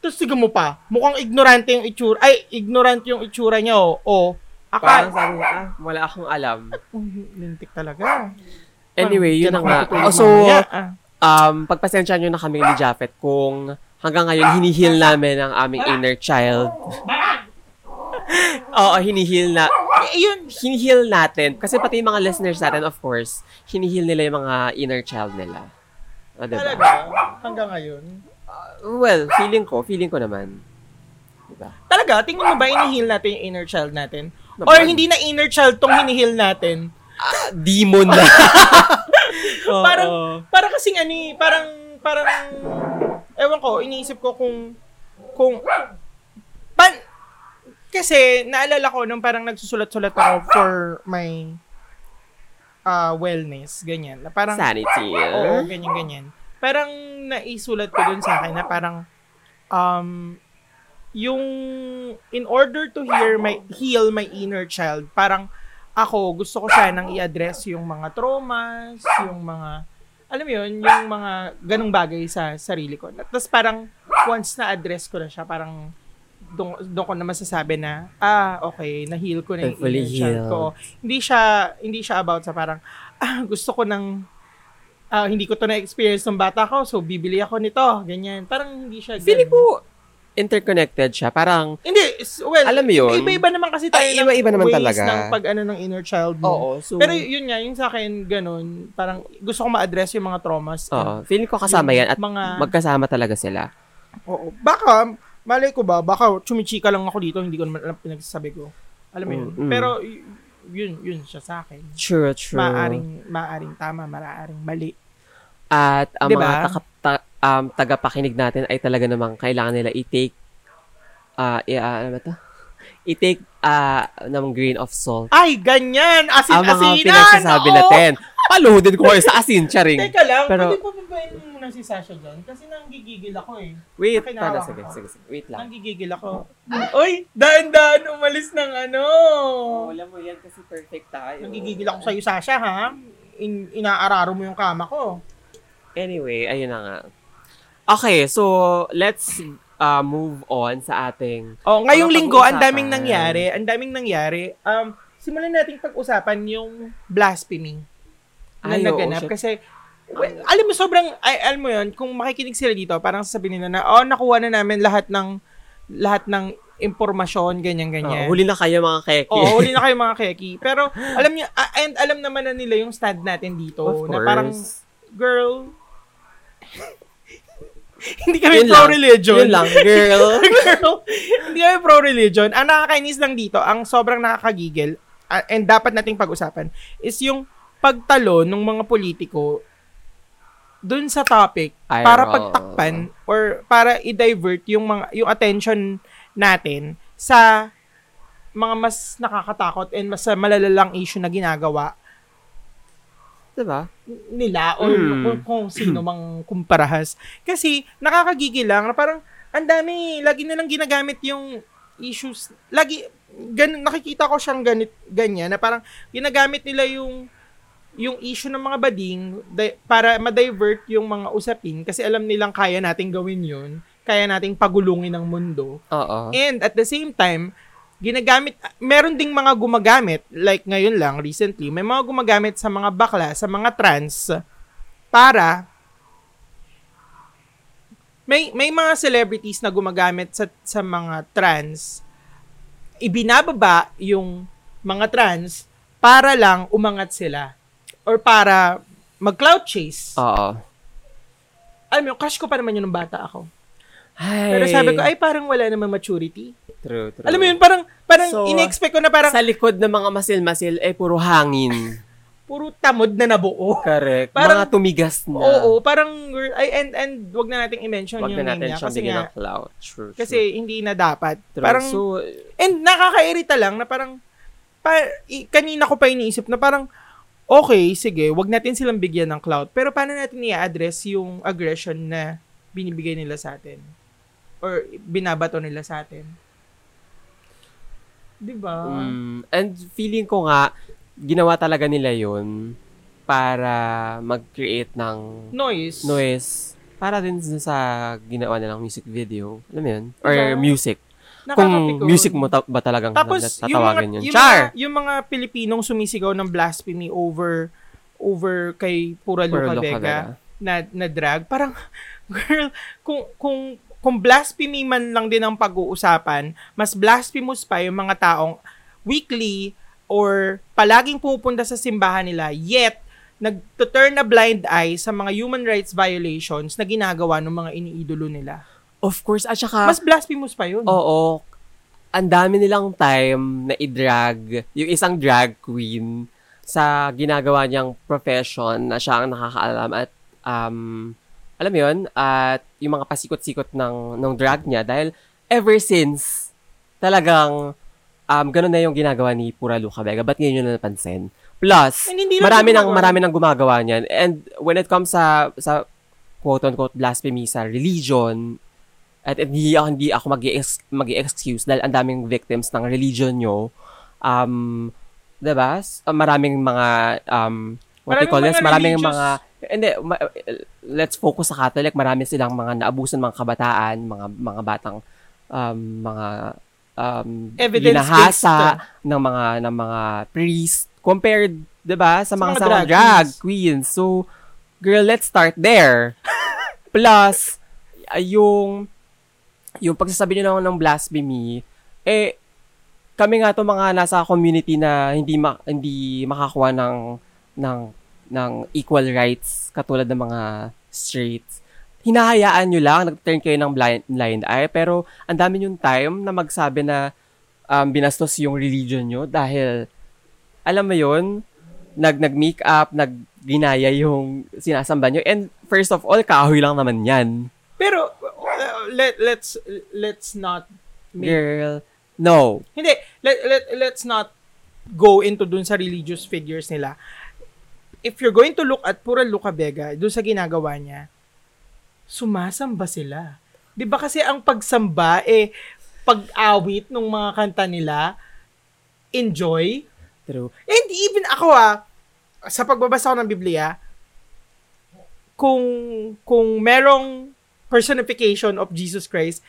tapos tiga mo pa, mukhang ignorante yung itsura, ay, ignorant yung itsura niya, oh. o, o Parang akala, sabi niya, ah, wala akong alam. Uy, lintik talaga. Anyway, yun na Diyan ako nga. matutulog Oh, so, mamaya, ah. um, pagpasensya nyo na kami ni Japheth kung hanggang ngayon hinihil namin ang aming inner child. (laughs) Oo, hinihil na. Eh, yun, Hinihil natin. Kasi pati yung mga listeners natin, of course, hinihil nila yung mga inner child nila. O, diba? talaga, hanggang ngayon. Well, feeling ko, feeling ko naman. Diba? Talaga, tingin mo ba inihil natin yung inner child natin? Naman. Or hindi na inner child tong hinihil natin? Demon (laughs) na. Oo. Parang, para kasing ano eh, parang, parang, ewan ko, iniisip ko kung, kung, pan, kasi naalala ko nung parang nagsusulat-sulat ako for my ah, wellness, ganyan. Na parang, sanity. oo, ganyan, ganyan. Parang naisulat ko dun sa akin na parang, um, yung, in order to hear my, heal my inner child, parang, ako, gusto ko sanang i-address yung mga traumas, yung mga, alam mo yun, yung mga ganong bagay sa sarili ko. Tapos parang, once na-address ko na siya, parang, doon doon ko na masasabi na, ah, okay, na-heal ko na yung Thankfully inner child ko. Hindi siya, hindi siya about sa parang, ah, gusto ko ng, ah, hindi ko to na-experience ng bata ko, so bibili ako nito, ganyan. Parang hindi siya Feeling ganun. ko, interconnected siya. Parang, Hindi, s- well, Alam mo yun? Iba-iba naman kasi tayo Ay, ng iba-iba naman ways talaga. ng pag ano ng inner child mo. so, Pero y- yun nga, yung sa akin, ganun, parang gusto ko ma-address yung mga traumas. oo, feeling ko Mm. kasama yan at mga, magkasama talaga sila. oo. Baka, malay ko ba, baka chumichika lang ako dito, hindi ko naman alam pinagsasabi ko. Alam mo yun? Mm, mm. Pero, y- yun, yun siya sa akin. True, true. Maaring, maaring tama, maaring mali. At ang Diba? mga taka- ta- um, tagapakinig natin ay talaga namang kailangan nila i-take ah i- ah, ano ba to? I-take ah, ng grain of salt. Ay, ganyan! Ang Asin-asinan! mga pinagsasabi Oo! natin. Paluhudin ko kayo sa asin, charing. Teka lang, Pero- pwede pa babayin mo muna si Sasha dyan? Kasi nanggigigil ako eh. Wait, Okay, Ano? pala, nahawakan sige, ko. sige, sige. Wait lang. Nanggigigil ako. Oy, daan-daan umalis ng ano. Wala mo yan kasi perfect tayo. Nanggigigil ako sa'yo, Sasha, ha? In- inaararo mo yung kama ko. Anyway, ayun na nga. Okay, so let's uh, move on sa ating... Oh, ngayong Ano linggo, ang pag-uusapan? daming nangyari. Ang daming nangyari. Um, simulan natin pag-usapan yung blasphemy na Ay, oo, naganap. shit. kasi, well, alam mo, sobrang, ay, alam mo yun, kung makikinig sila dito, parang sasabihin nila na, oh, nakuha na namin lahat ng, lahat ng impormasyon, ganyan-ganyan. Oh, huli na kayo mga keki. Oo, huli na kayo mga keki. Pero, alam niyo, a- and alam naman na nila yung stand natin dito. Of Na parang, course. girl, (laughs) Hindi kami Yun lang. pro-religion. Yun lang, (laughs) girl. Girl, hindi kami pro-religion. Ang nakakainis lang dito, ang sobrang nakakagigil, a- and dapat nating pag-usapan, is yung pagtalo ng mga politiko dun sa topic Ay, para oo. pagtakpan or para i-divert yung mga yung attention natin sa mga mas nakakatakot and mas malalalang issue na ginagawa diba? nila or Mm. kung, kung sino mang kumparahas. Kasi nakakagigil lang na parang ang dami, lagi nilang ginagamit yung issues. Lagi, gan, nakikita ko siyang ganit, ganyan na parang ginagamit nila yung yung issue ng mga bading di- para ma-divert yung mga usapin kasi alam nilang kaya nating gawin yun, kaya nating pagulungin ang mundo. Oo. And at the same time, ginagamit, meron ding mga gumagamit, like ngayon lang, recently, may mga gumagamit sa mga bakla, sa mga trans, para may may mga celebrities na gumagamit sa sa mga trans ibinababa yung mga trans para lang umangat sila or para mag-cloud chase. Oo. Alam mo, crush ko pa naman yun ng bata ako. Ay. Pero sabi ko, ay parang wala namang maturity. True, true. Alam mo yun, parang, parang So, in-expect ko na parang sa likod ng mga masil-masil, eh, puro hangin. puro tamod na nabuo. Correct. Parang- mga tumigas na. (laughs) Oo, parang, we're- ay, and, and wag na nating i-mention Huwag yung name na natin niya. siya Kasi bigyan nga, ng clout. True, kasi hindi na dapat. true. Parang, so, and nakakairita lang na parang, pa- i- kanina ko pa iniisip na parang, okay, sige, wag natin silang bigyan ng clout. Pero paano natin i-address yung aggression na binibigay nila sa atin? Or binabato nila sa atin? Di ba? Mm, and feeling ko nga, ginawa talaga nila yun para mag-create ng Noise. noise para din sa- sa ginawa nilang music video. Alam mo yun? Or Diba? music. Nakakapikon. Kung music mo ta- ba talagang Tapos, yung mga, nat- tatawagan yun. yung, Char! mga, yung mga Pilipinong sumisigaw ng blasphemy over over kay Pura Or Luca Luca Vega. Vega na, na drag, parang, (laughs) girl, kung, kung, kung blasphemy man lang din ang pag-uusapan, mas blasphemous pa yung mga taong weekly or palaging pupunta sa simbahan nila, yet, nag-turn a blind eye sa mga human rights violations na ginagawa ng mga iniidolo nila. Of course, at saka, Mas blasphemous pa Oh. yun. oo, ang dami nilang time na i-drag, yung isang drag queen sa ginagawa niyang profession na siya ang nakakaalam at um, alam mo yun, at yung mga pasikot-sikot ng, ng drag niya dahil ever since talagang um, ganun na yung ginagawa ni Pura Luca Vega. Ba't ngayon yun na napansin? Plus, And hindi lang marami siya nang, gumagawa. marami nang gumagawa niyan. And when it comes sa, sa quote-unquote blasphemy sa religion, at hindi, ako- hindi ako mag excuse dahil ang daming victims ng religion nyo. Um, 'di ba? S- uh, Maraming mga um what do Maraming you call this? mga Maraming religious- mga hindi ma- uh, let's focus sa Catholic, marami silang mga naabusan mga kabataan, mga mga batang um mga um Evidence-based, ah. ginahasa ng mga ng mga priest compared 'di ba sa mga, sa mga drag, queens. So girl, let's start (laughs) there. Plus uh, yung yung pagsasabi nyo ng, ng blasphemy, eh, kami nga to mga nasa community na hindi ma, hindi makakuha ng ng ng equal rights katulad ng mga straights. Hinahayaan nyo lang, nag-turn kayo ng blind, blind eye, pero ang dami yung time na magsabi na um, binastos yung religion nyo dahil, alam mo yun, nag, nag-make up, nag-ginaya yung sinasamba nyo. And first of all, kahoy lang naman yan. Pero uh, let let's let's not Girl, no. hindi let, let let's not go into dun sa religious figures nila. If you're going to look at pura Luca Vega, dun sa ginagawa niya, sumasamba sila. 'Di ba kasi ang pagsamba eh pag-awit ng mga kanta nila, enjoy, True. And even ako ah, sa pagbabasa ko ng Biblia, kung kung merong personification of Jesus Christ,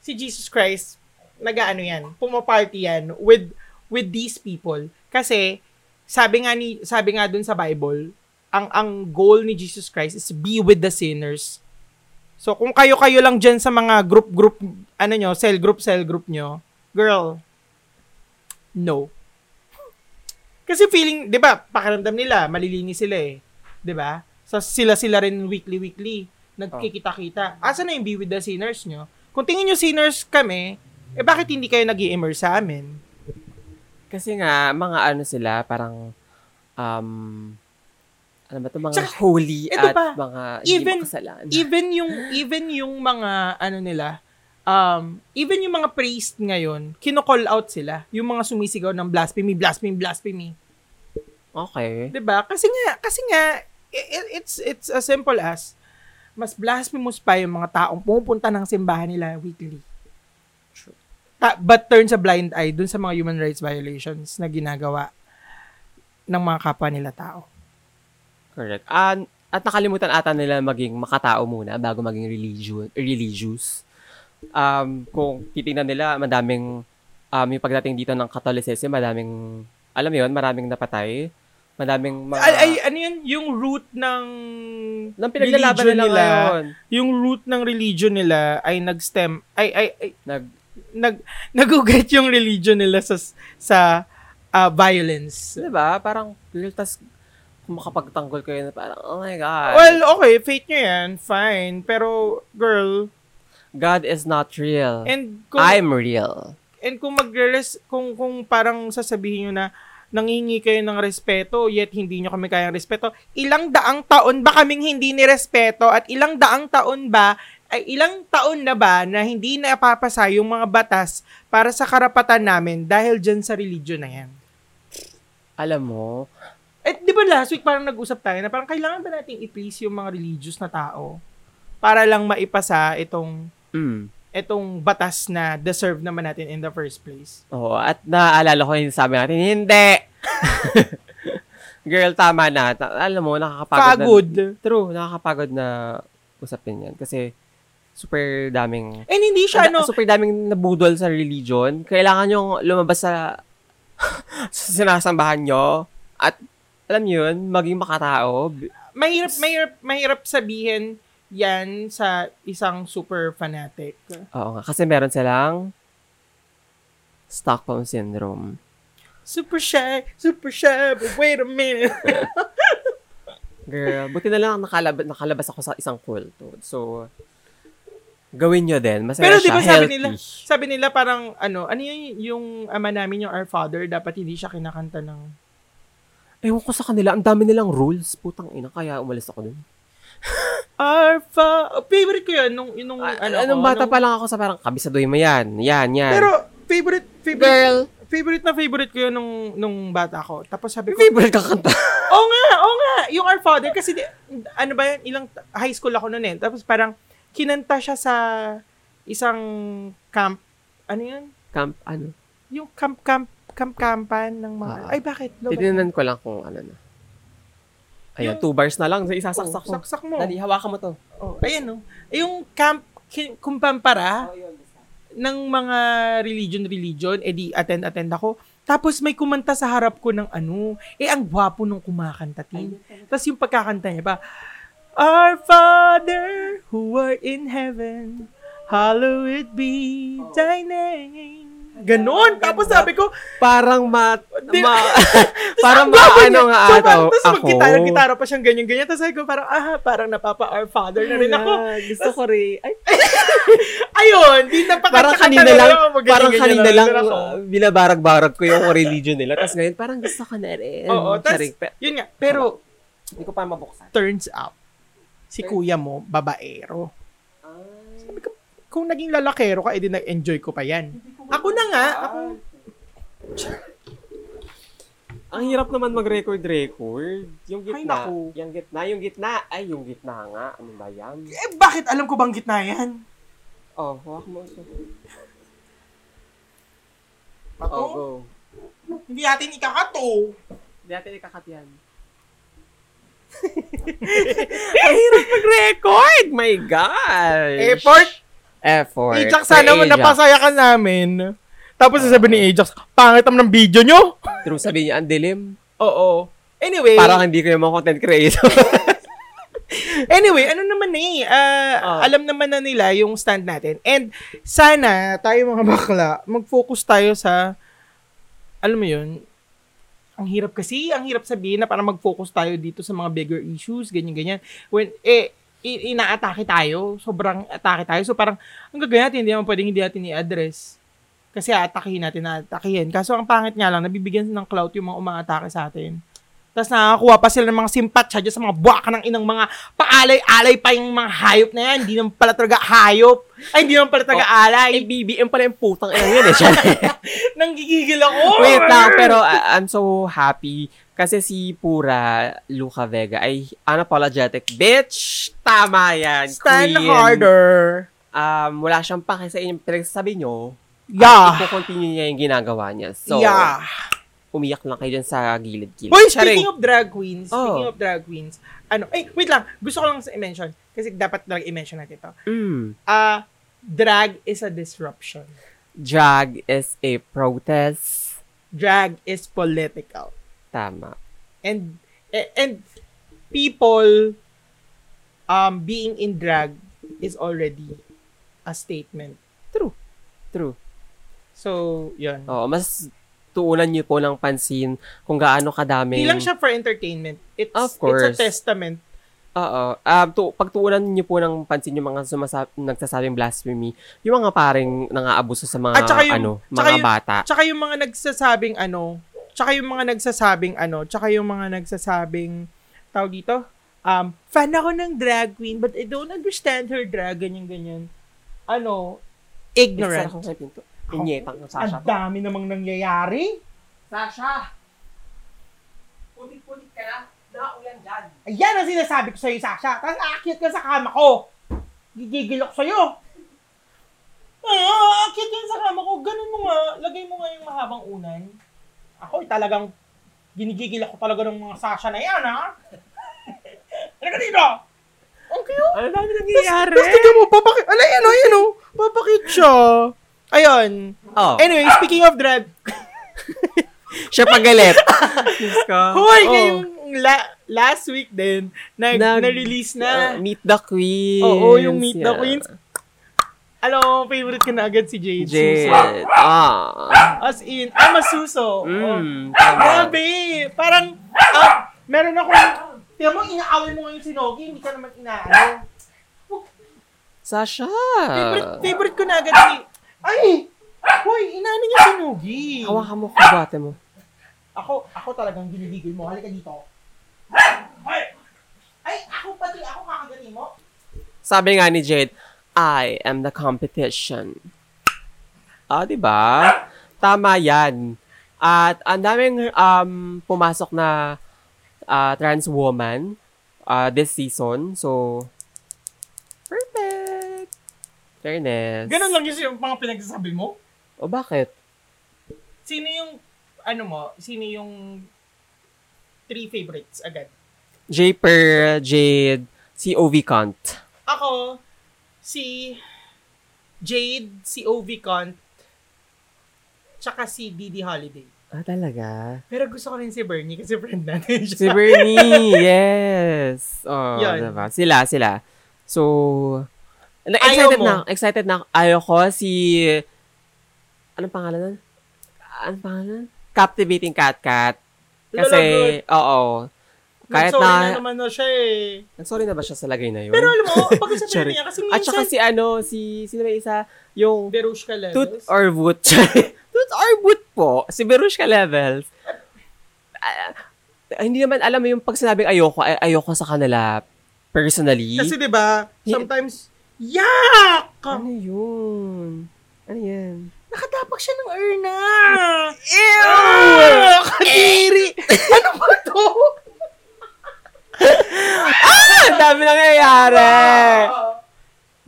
si Jesus Christ nagaano yan, pumaparty yan with with these people kasi sabi nga ni sabi nga dun sa Bible, ang ang goal ni Jesus Christ is be with the sinners. So kung kayo-kayo lang dyan sa mga group-group ano nyo, cell group cell group nyo, girl, no. Kasi feeling, 'di ba, pakiramdam nila malilinis sila eh. 'Di ba? So sila sila rin weekly weekly. nagkikita-kita. Asa na yung Be With The Sinners nyo? Kung tingin nyo sinners kami, eh bakit hindi kayo nag immerse sa amin? Kasi nga, mga ano sila, parang, um, ano ba ito, mga Tsaka, holy ito at pa, mga even- e- hindi makasalanan. Even yung, even yung mga, ano nila, um, even yung mga priest ngayon, kino-call out sila. Yung mga sumisigaw ng blasphemy, blasphemy, blasphemy. okay. 'Di ba? Diba? Kasi nga, kasi nga i- i- it's it's as simple as mas blasphemous pa yung mga taong pumupunta ng simbahan nila weekly. True. Ta- but turn sa blind eye dun sa mga human rights violations na ginagawa ng mga kapwa nila tao. Correct. An- at nakalimutan ata nila maging makatao muna bago maging religion, religious. Um, kung titingnan nila, madaming, um, yung pagdating dito ng Catholicism, madaming, alam mo yun, maraming napatay. Madaming mga, Ay, ay, ano yun? Yung root ng nang pinaglalaban religion nila, nila. ngayon. yung root ng religion nila ay nag-stem ay ay, ay Nag, nag (laughs) nagugat yung religion nila sa sa ah, violence. di ba? Parang, girl, tas, kung makapagtanggol kayo na parang, oh my God. Well, okay, faith nyo yan, fine. Pero, girl, God is not real. and kung, I'm real. and kung magre-res, kung, kung parang sasabihin nyo na, nangingi kayo ng respeto, yet hindi nyo kami kayang respeto, ilang daang taon ba kaming hindi nirespeto at ilang daang taon ba, ay ilang taon na ba na hindi napapasa yung mga batas para sa karapatan namin dahil dyan sa religion na yan? Alam mo, Eh, di ba last week parang nag-usap tayo na parang kailangan ba nating i-please yung mga religious na tao para lang maipasa itong mm, etong batas na deserve naman natin in the first place. Oo, at naaalala ko yung sabi natin, hindi! (laughs) Girl, tama na. Ta- alam mo, nakakapagod na. Pagod. True, nakakapagod na usapin yan. Kasi, super daming... And hindi siya, ano, Super daming nabudol sa religion. Kailangan yung lumabas sa, (laughs) sa sinasambahan nyo. At, alam nyo yun, maging makatao. B- mahirap, mahirap, mahirap sabihin yan sa isang super fanatic. Oo nga, kasi meron silang Stockholm Syndrome. Super shy, super shy, but wait a minute. Girl, buti na lang nakalabas, nakalabas ako sa isang kulto. So, gawin nyo din. Masaya (laughs) Pero di siya. ba sabi healthy. nila, sabi nila parang, ano, ano yun, yung ama namin, yung Our Father, dapat hindi siya kinakanta ng, Ewan ko sa kanila. Ang dami nilang rules. Putang ina. Kaya umalis ako dun. Our Father, favorite ko yun, nung, nung, A- ano, Ah, anong ko, bata nung- pa lang ako sa parang, kabisaduhin mo yan. Yan, yan. Pero, favorite, favorite, girl, favorite na favorite ko yun nung, nung bata ko. Tapos sabi ko, favorite kang kanta. Oo nga, oo nga. Yung Our Father, kasi di- ano ba yan, ilang high school ako noon eh. Tapos parang kinanta siya sa isang camp, ano yun? Camp, ano? Yung camp, camp, camp-campan ng mga, Ah. ay bakit? No, Titinan ko lang kung ano na. Ayan, Yung- two bars na lang. Isasaksak ko. Oh, Saksak mo. Dali, hawakan mo to. Oh, ayan oh. Yung camp, kin- kumpampara, ng mga eh, religion-religion, edi attend-attend ako. Tapos may kumanta sa harap ko ng ano, eh ang gwapo nung kumakanta, Tin. Tapos yung pagkakanta niya pa, Our Father who art in heaven, hallowed be thy name. Ganon. Tapos sabi ko, Ano Parang ma... Di- (laughs) ma (laughs) parang ma... "Baba Ano niya." nga So, ato. parang, tapos ako. mag-gitara, gitara pa siyang ganyan-ganyan. Tapos sabi ko, parang, ah, parang napapa Our Father na rin ako. Ayan, Gusto ko rin. Ay, Ayun, di (laughs) napakatsa parang kanina lang, parang kanina lang uh, binabarag-barag ko yung religion nila. Tapos ngayon, parang gusto ko na rin. Oo, tas- Charing, pe- Yun nga, pero Hindi ko pa mabuksan. turns out, si kuya mo, babaero. Ah. Sabi ko, kung naging lalakero ka, edi nag-enjoy ko Ah. pa yan. Ako na nga, ako, Ang hirap naman mag-record-record. Yung Ay, gitna. naku. yung gitna, yung gitna. Ay, yung gitna nga. Ano ba yan? eh bakit alam ko bang gitna yan? Oh, hawak mo. ito. Oh, Pato? go. Hindi natin ikakato. Hindi natin ikakat (laughs) yan. Ang hirap Record! My gosh! Effort? Effort. Eh, Ajax, Kay sana mo napasaya ka namin. Tapos sasabihin ni Ajax, pangit naman ng video nyo. True, sabi niya, ang dilim. Oo. Anyway, Parang hindi ko yung mga content creator. (laughs) (laughs) Anyway, ano naman na eh. ah, Ah. Alam naman na nila yung stand natin. And sana tayo mga bakla, mag-focus tayo sa, alam mo yun, ang hirap kasi, ang hirap sabihin na para mag-focus tayo dito sa mga bigger issues, ganyan-ganyan. When, eh, i- inaatake tayo. Sobrang atake tayo. So parang, ang gagawin natin, hindi naman pwedeng hindi natin i-address. Kasi atakihin natin, atakihin. Kaso ang pangit nga lang, nabibigyan ng clout yung mga umaatake sa atin. Tapos nakakakuha pa sila ng mga simpatsya dyan sa mga buwaka ng inang mga paalay-alay pa yung mga hayop na yan. Hindi naman pala talaga hayop. Ay, hindi naman pala Oh, talaga alay. Ay, BBM pala yung putang ina yun eh. siya. (laughs) Nanggigigil ako. Wait lang, pero uh, I'm so happy kasi si Pura Luca Vega ay unapologetic. Bitch! Tama yan, Stand queen. harder. Um, wala siyang pake sa inyong pinagsasabi nyo. Ah, Yeah. Ipo-continue niya yung ginagawa niya. So, Ah. yeah. umiyak lang kayo dyan sa gilid-gilid. Boy, Charing. speaking of drag queens, speaking Oh. of drag queens, ano, eh, wait lang, gusto ko lang sa i-mention, kasi dapat talaga i-mention natin ito. Mm. Ah, drag is a disruption. Drag is a protest. Drag is political. Tama. And, eh, and people um, being in drag is already a statement. True. So, yun. Oo, mas tuunan niyo po ng pansin kung gaano kadami. Hindi lang siya for entertainment. It's, Of course. it's a testament. Oo. Um, tu- pagtuunan niyo po ng pansin yung mga sumasa- nagsasabing blasphemy, yung mga paring nangaabuso sa mga At saka yung- ano, tsaka mga yung- bata. Tsaka yung mga nagsasabing ano, tsaka yung mga nagsasabing ano, tsaka yung mga nagsasabing, tawag dito, um, fan ako ng drag queen, but I don't understand her drag, ganyan-ganyan. Ano, ignorant. Ignorant. Ako sa pinto. Inyetang ng Sasha. Ang dami namang nangyayari. Sasha! Putik-putik ka na. Nakaulan dyan. Ayan ang sinasabi ko sa'yo, Sasha. Tapos aakyat ka sa kama ko. Gigigil ako sa'yo. Ah, aakyat ka sa kama ko. Ganun mo nga. Lagay mo nga yung mahabang unan. Ako, eh, talagang ginigigil ako talaga ng mga Sasha na yan, ha? (laughs) Ano ka dito? Ang cute. Ano dami Tapos nangyayari? tapos tignan mo, papakit. Ala, yan, oh, yan, oh. Papakit siya. Ayun. Oh, Anyway, speaking of drag, siya pagalit. Diyos ko. Hoy, Oo. ngayong la- last week din, nag, Nag- na-release Ah, na. meet the Queens. Oo, yung Meet the Yeah. Uh, Queens. Alam mo, favorite ko na agad si Jade. Jade. Suso. Ah. As in, I'm a Suso. Mm, Oh. tama. Grabe! Parang, ah, meron ako, tiyan mo, inaaway mo ngayon si Nogi, hindi ka naman inaano. Sasha. Favorite, favorite ko na agad si, ay, Hoy, inaano niya si Nogi. Hawakan mo kung bate mo. Ako, ako talagang ginigigil mo. Halika dito. Ay, ay, ako pati, ako kakagatin mo. Sabi nga ni Jade, I am the competition. Ah, di ba? Tama yan. At ang daming um, pumasok na ah, trans woman ah, this season. So, perfect. Fairness. Ganun lang yun yung mga pinagsasabi mo? O bakit? Sino yung, ano mo, sino yung three favorites agad? Japer, Jade, si OV Kant. Ako, si Jade, si OV Cont, tsaka si Didi Holiday. Ah, talaga? Pero gusto ko rin si Bernie kasi friend natin siya. Si Bernie, yes. Oh, Yun. diba? Sila, sila. So, na- Ayaw excited mo. na, ako, excited na ako. Ayaw ko si, anong pangalan nun? Anong pangalan nun? Captivating Cat Cat. Kasi, oo. Kahit Sorry na, na, naman na siya eh. sorry na ba siya sa lagay na yun? Pero alam mo, pag-usapan (laughs) Sorry. niya kasi At saka minsan, si ano, si, sino ba yung isa? Yung Verushka Levels. Toot or (laughs) Woot. Toot or Woot po. Si Verushka Levels. Ah, hindi naman alam mo yung pag sinabing ayoko, ay- ayoko sa kanila personally. Kasi diba, Hi- sometimes, yak! ano yun? Ano yan? Nakatapak siya ng urna! Ew! Kadiri! ano ba to? Ah, (laughs) ang dami nangyayari! Ah!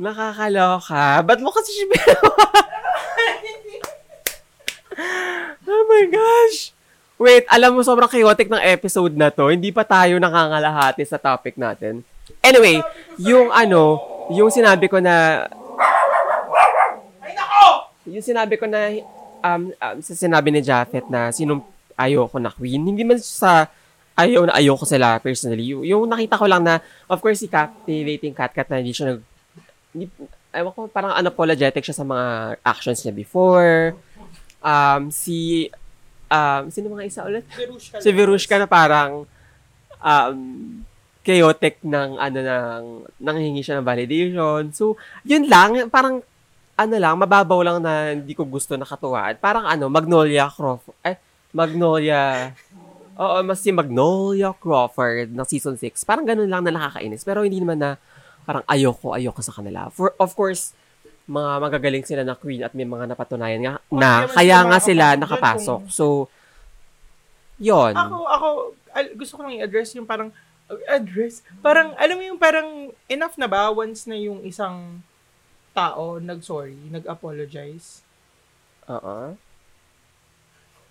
Nakakaloka. Ba't mo kasi siya binawa? (laughs) Oh my gosh! Wait, alam mo, sobrang chaotic ng episode na to. Hindi pa tayo nakangalahati sa topic natin. Anyway, yung ano, yung sinabi ko na Ay, nako! Yung sinabi ko na, um, um, sa sinabi ni Japheth na sinong ayoko na queen, hindi man sa ayaw na ayoko sila personally. Yung, yung nakita ko lang na, of course, si Captivating Cat Cat na hindi siya nag... Hindi, ewan ko, parang unapologetic siya sa mga actions niya before. Um, si... Um, sino mga isa ulit? Verushka Si Verushka na parang um, chaotic ng ano ng nanghingi siya ng validation. So, yun lang, parang ano lang, mababaw lang na hindi ko gusto nakatuwaan. Parang ano, Magnolia Crawford. Eh, Magnolia. Oo, mas si Magnolia Crawford ng season 6. Parang ganun lang na nakakainis. Pero hindi naman na parang ayoko, ayoko sa kanila. For, of course, mga magagaling sila na queen at may mga napatunayan nga naman na sila kaya nga sila makakapasok dyan nakapasok. So, yon Ako, ako, al- gusto ko lang i-address yung parang, address? Parang, alam mo yung parang, enough na ba once na yung isang tao nag-sorry, nag-apologize?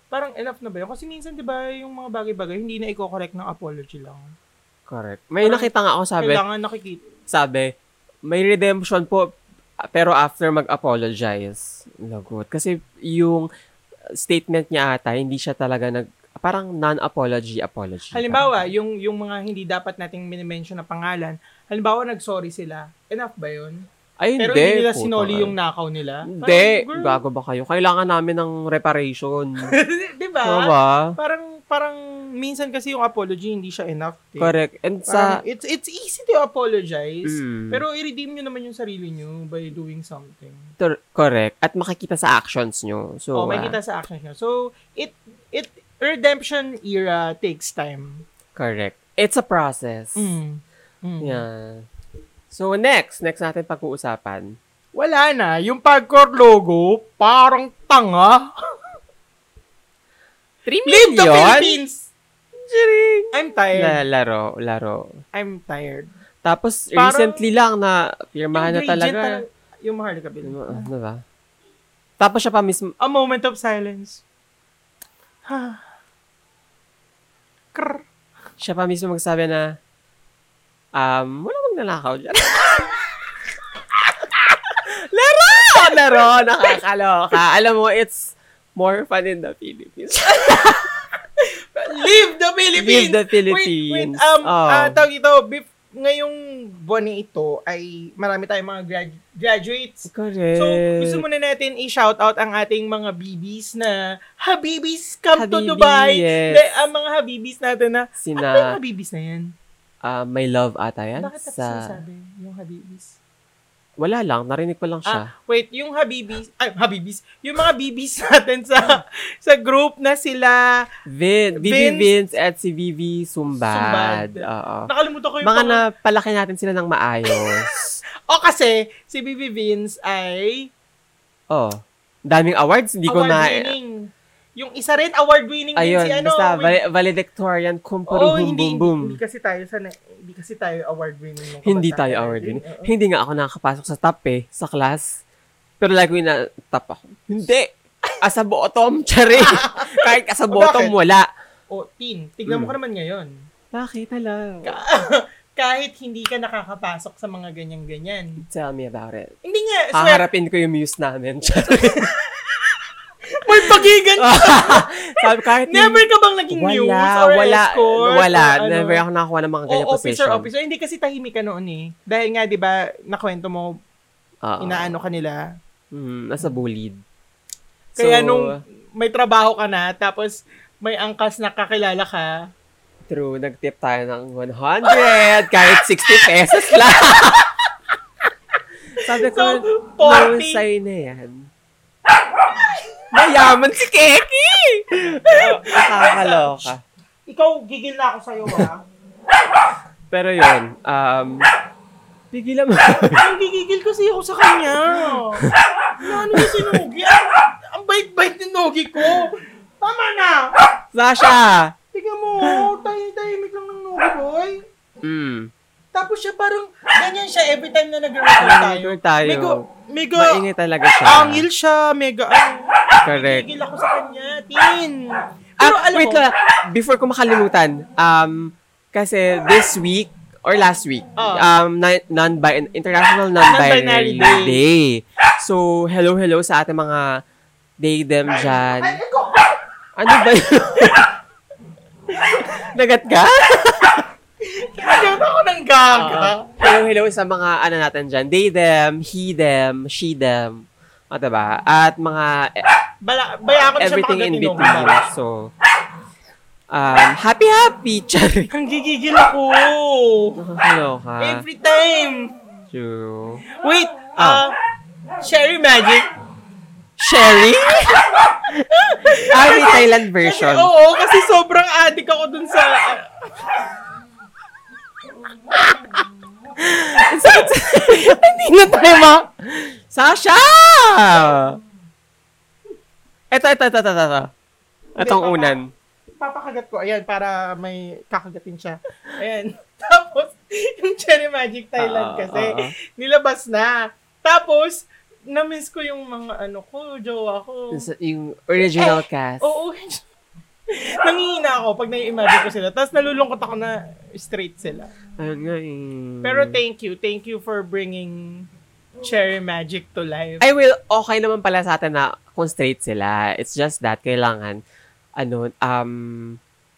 Parang enough na ba yun? Kasi minsan, di ba, yung mga bagay-bagay, hindi na i-correct ng apology lang. Correct. May Parang nakita nga ako sabi, Kailangan nakikita. sabi, may redemption po, pero after mag-apologize. Lagot. Kasi yung statement niya ata, hindi siya talaga nag, parang non-apology, apology. Halimbawa, yung, yung mga hindi dapat nating minimension na pangalan, halimbawa, nag-sorry sila. Enough ba yun? ay, Pero hindi, hindi nila puta sinoli ka. yung nakaw nila. Parang, Hindi, girl, bago ba kayo? Kailangan namin ng reparation. di ba? Ano ba? Parang, parang, minsan kasi yung apology, hindi siya enough. eh. Correct. And Parang, sa, it's, it's easy to apologize, Mm. pero i-redeem nyo naman yung sarili nyo by doing something. Tor- correct. At makikita sa actions nyo. o, So, may ah, kita sa actions nyo. So, it, it, redemption era takes time. correct. It's a process. Mm. Mm. Yeah. So, next. Next natin pag-uusapan. Wala na. Yung Pagcor logo, parang tanga. 3 Leave the million? Philippines! I'm tired. Na laro, laro. I'm tired. Tapos, Parang- recently lang na pirmahan na Yung gradient talaga. talag- yung Maharlika Bill. Ano, ano ba? Tapos siya pa mismo, A moment of silence. (sighs) Ha. Krr. siya pa mismo magsabi na, um, wala akong nalakaw (laughs) dyan. laro! Laro! Nakakaloka. Alam mo, it's more fun in the Philippines. Leave the Philippines! Leave the Philippines. Wait, wait. Um, Oh. ah, tawag ito, bef- ngayong buwan na ito ay marami tayong mga grad- graduates. Correct. So, gusto muna natin i-shoutout ang ating mga BBs na Habibis come to Habibi, Dubai. yes. Dahil ang mga Habibis natin na, ano ba yung Sina, Habibis na yan? ah, may love ata yan. Bakit tapos sa, sinasabi yung Habibis? Ah, Wala lang, narinig ko lang siya. Wait, yung Habibis, ay, Habibis, yung mga BBs (laughs) natin sa sa group na sila, Vin, Vivi Vince- Vince, at si Vivi Sumbad. Sumbad. Oo. nakalimutan ko yung Mga pangalan. na palaki natin sila ng (laughs) maayos. O Oh, kasi, si Bibi Vince ay oh. Daming awards, hindi ko na... award-winning. Yung isa rin, award-winning din Ayun, eh. si ano. basta wait. vale- valedictorian Oo, cum boom hindi, boom hindi, boom. hindi kasi tayo sa hindi kasi tayo award-winning. nung Hindi kabataan tayo natin. award din. Oo. Hindi nga ako nakakapasok sa top eh, sa class. Pero lagi ko na top ako. Hindi! As a bottom, (laughs) (laughs) tsari. Kahit as a O, bottom, bakit? wala. O, teen, Oh, tignan mo Mm. ka naman ngayon. Bakit? Hello. Ka- kahit hindi ka nakakapasok sa mga ganyan-ganyan. Tell me about it. Hindi nga, Ah, swear, Haharapin ko yung muse namin. (laughs) may pagigan ka. Sabi kahit yung- Never ka bang naging news or Ah, wala, escort? Wala, or ano? never ako nakakuha ng mga ganyan O, officer, position. officer. Hindi kasi tahimik ka noon eh. Dahil nga, di ba, nakwento mo, Oo. inaano ka nila, Mm, nasa bullied. Kaya So, uh, nung may trabaho ka na, tapos may angkas na kakilala ka, True, nag-tip tayo ng 100, (laughs) kahit 60 pesos lang. (laughs) Sabi ko, So, 40. mahusay na yan. Mayaman si Keki! Nakakaloka. ikaw, gigil na ako sa'yo, ha? (laughs) Pero yun, um, pigilan mo. (laughs) Ang gigigil kasi ako sa kanya. Ano yung sinugi? Ang, ang bait-bait ni Nogi ko. Tama na! Sasha! Tingnan mo, tayo-tahimik lang ng Nogi, boy. Mm. Tapos siya parang, ganyan siya every time na nag-record tayo. Tayo. tayo. Mega, mega, Maingay talaga siya. angil siya, mega, ano. Correct. Gigil ako sa kanya, tin. Ah, (laughs) Pero alam wait mo, lang. Before ko makalimutan, um, kasi this week, or last week, Oh. um, non- non-bi- International Non-Binary, Non-Binary Day. Day. So, hello, hello sa ating mga day them dyan. ay, ikaw, Ano ba yun? (laughs) Nagat (laughs) ka? Kinagawa ako ng gaga. hello, hello sa mga ano natin dyan. They them, he them, she them. O, diba? At mga eh, Bala, baya ako na siya everything in makagatinong. between. So, um, (laughs) happy-happy, charing. Ang gigigil ako. Ah. Nakakaloka. Every time. True. Wait, ah, Sherry Magic. (laughs) Sherry? ah, may Thailand Kasi, version. oo, kasi sobrang addict ako dun sa... (laughs) Ah. ah, Hindi na tayo ma... Sasha! Ito, ito, ito, ito, ito, ito. Itong Hindi, unan. Papakagat ko, ayan, para may kakagatin siya. Ayan. (laughs) Tapos, yung Cherry Magic Thailand Ah, kasi, ah, ah. nilabas na. Tapos, na-miss ko yung mga ano ko, jowa ko. Sa- Yung original Eh, cast. Oo. (laughs) Nangihina ako pag nai-imagine ko sila. Tapos nalulungkot ako na straight sila. Ayun nga eh. Pero thank you. Thank you for bringing Cherry Magic to life. I will, okay naman pala sa atin na kung straight sila. It's just that, kailangan, ano, um,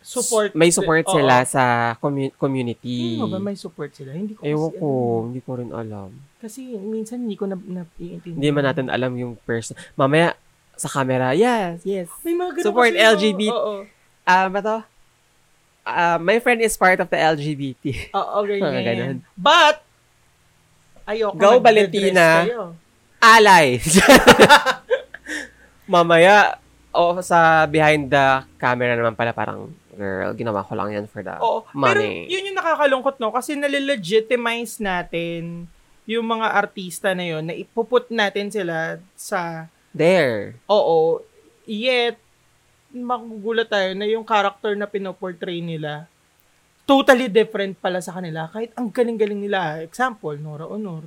support. may support Oo. sila sa commu- Hindi community. mo Ano ba may support sila? Hindi ko kasi ano Ewan ko, alam. hindi ko rin alam. Kasi minsan hindi ko na, na iintindihan. Hindi man natin alam yung person. Mamaya, sa camera, yes, yes. May mga ganun Support kasi, no? LGBT. Oo. Ah, ba to? Ah, my friend is part of the (laughs) LGBT. Oo, okay. Mga ganyan. ganun. But, ayoko. Go, nagdedress Valentina. kayo. Alay! (laughs) Mamaya, oh, sa behind the camera naman pala, parang, girl, ginawa ko lang yan for the Oo. Pero money. yun yung nakakalungkot, no? Kasi nalilegitimize natin yung mga artista na yun, na ipuput natin sila sa, There. oo, yet, magugulat tayo na yung character na pinoportray nila, totally different pala sa kanila. Kahit ang galing-galing nila. ah. Example, Nora Honor.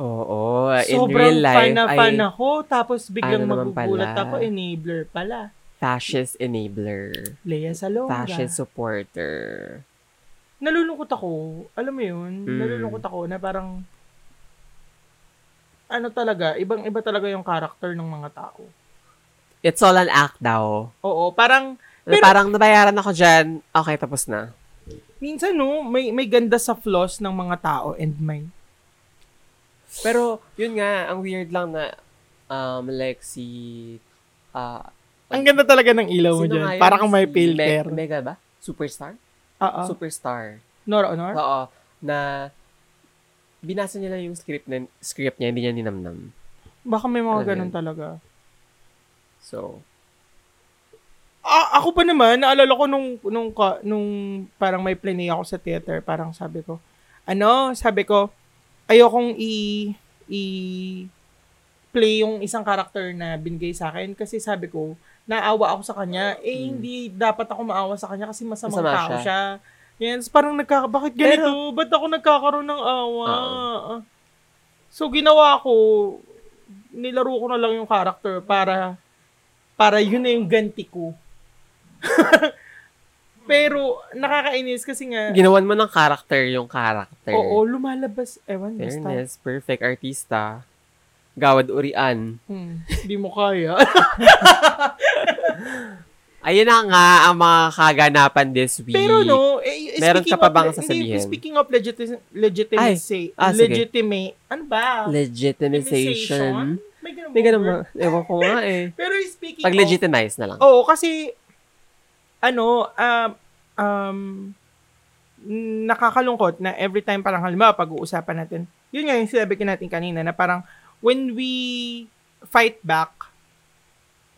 Oo, Diba, in Sobrang real life, fan na ay fan ako. Tapos biglang Ano naman magugulat pala? ako, enabler pala. fascist enabler. Lea Salonga. Fascist supporter. nalulungkot ako. Alam mo yun? Mm. Nalulungkot ako na parang ano talaga, ibang-iba talaga yung character ng mga tao. It's all an act daw. Oo, parang Na Pero- parang nabayaran ako dyan, okay, tapos na. minsan no, may may ganda sa flaws ng mga tao and may Pero, yun nga, ang weird lang na, um, like si, ah, ang ganda talaga ng ilaw mo sino dyan. nga yun? Para kang may Si filter. Ah. Me- Mega ba? Superstar? Oo. Superstar. Nora Honor? Oo. Na, binasa niya lang yung script, na, script niya, hindi niya ninamnam. Baka may Ano mga yun? ganun talaga. So, Ah, ako pa naman, naalala ko nung, nung, ka- nung parang may plenay ako sa theater, parang sabi ko, ano, sabi ko, ayokong i, i play yung isang karakter na binigay sa akin kasi sabi ko, naawa ako sa kanya. Eh, Mm. hindi dapat ako maawa sa kanya kasi masamang Masama tao siya. siya. Yan, so parang nagkaka... Bakit ganito? Ba't ako nagkakaroon ng awa? So, ginawa ko, nilaro ko na lang yung character para para yun na yung ganti ko. (laughs) Pero, nakakainis kasi nga, ginawan mo ng character yung character. Eh. oo, lumalabas, ewan, basta. Fairness, perfect artista. Gawad urian. Hmm, di mo kaya. (laughs) Ayun na nga ang mga kaganapan this week. Pero no, eh, eh, Meron speaking ka pa of- bang hindi, sasabihin? speaking of legiti- legitimacy, ah, sige. legitimate, ano ba? Legitimization. Legitimization? May ganun Hindi ba ganun ba? word? Ewan ko nga eh. Pero speaking Pag of- legitimize na lang. Oo, kasi, ano, um, um, nakakalungkot na every time parang halimbawa pag-uusapan natin, yun nga yung sinabi ko natin kanina na parang when we fight back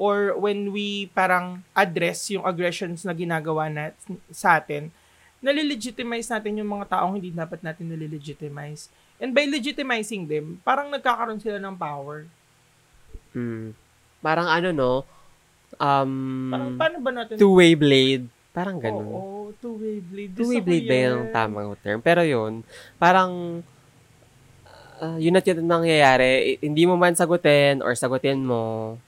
or when we parang address yung aggressions na ginagawa na sa atin, nalilegitimize natin yung mga taong hindi dapat natin nalilegitimize. And by legitimizing them, parang nagkakaroon sila ng power. Mm. Parang ano no, um, Parang paano ba natin two-way blade. Parang ganun. Oo, two-way blade. two-way Gusto ko blade ba yan. yung tamang term? Pero yun, parang, ah, yun at yun ang nangyayari. I- Hindi mo man sagutin or sagutin mo,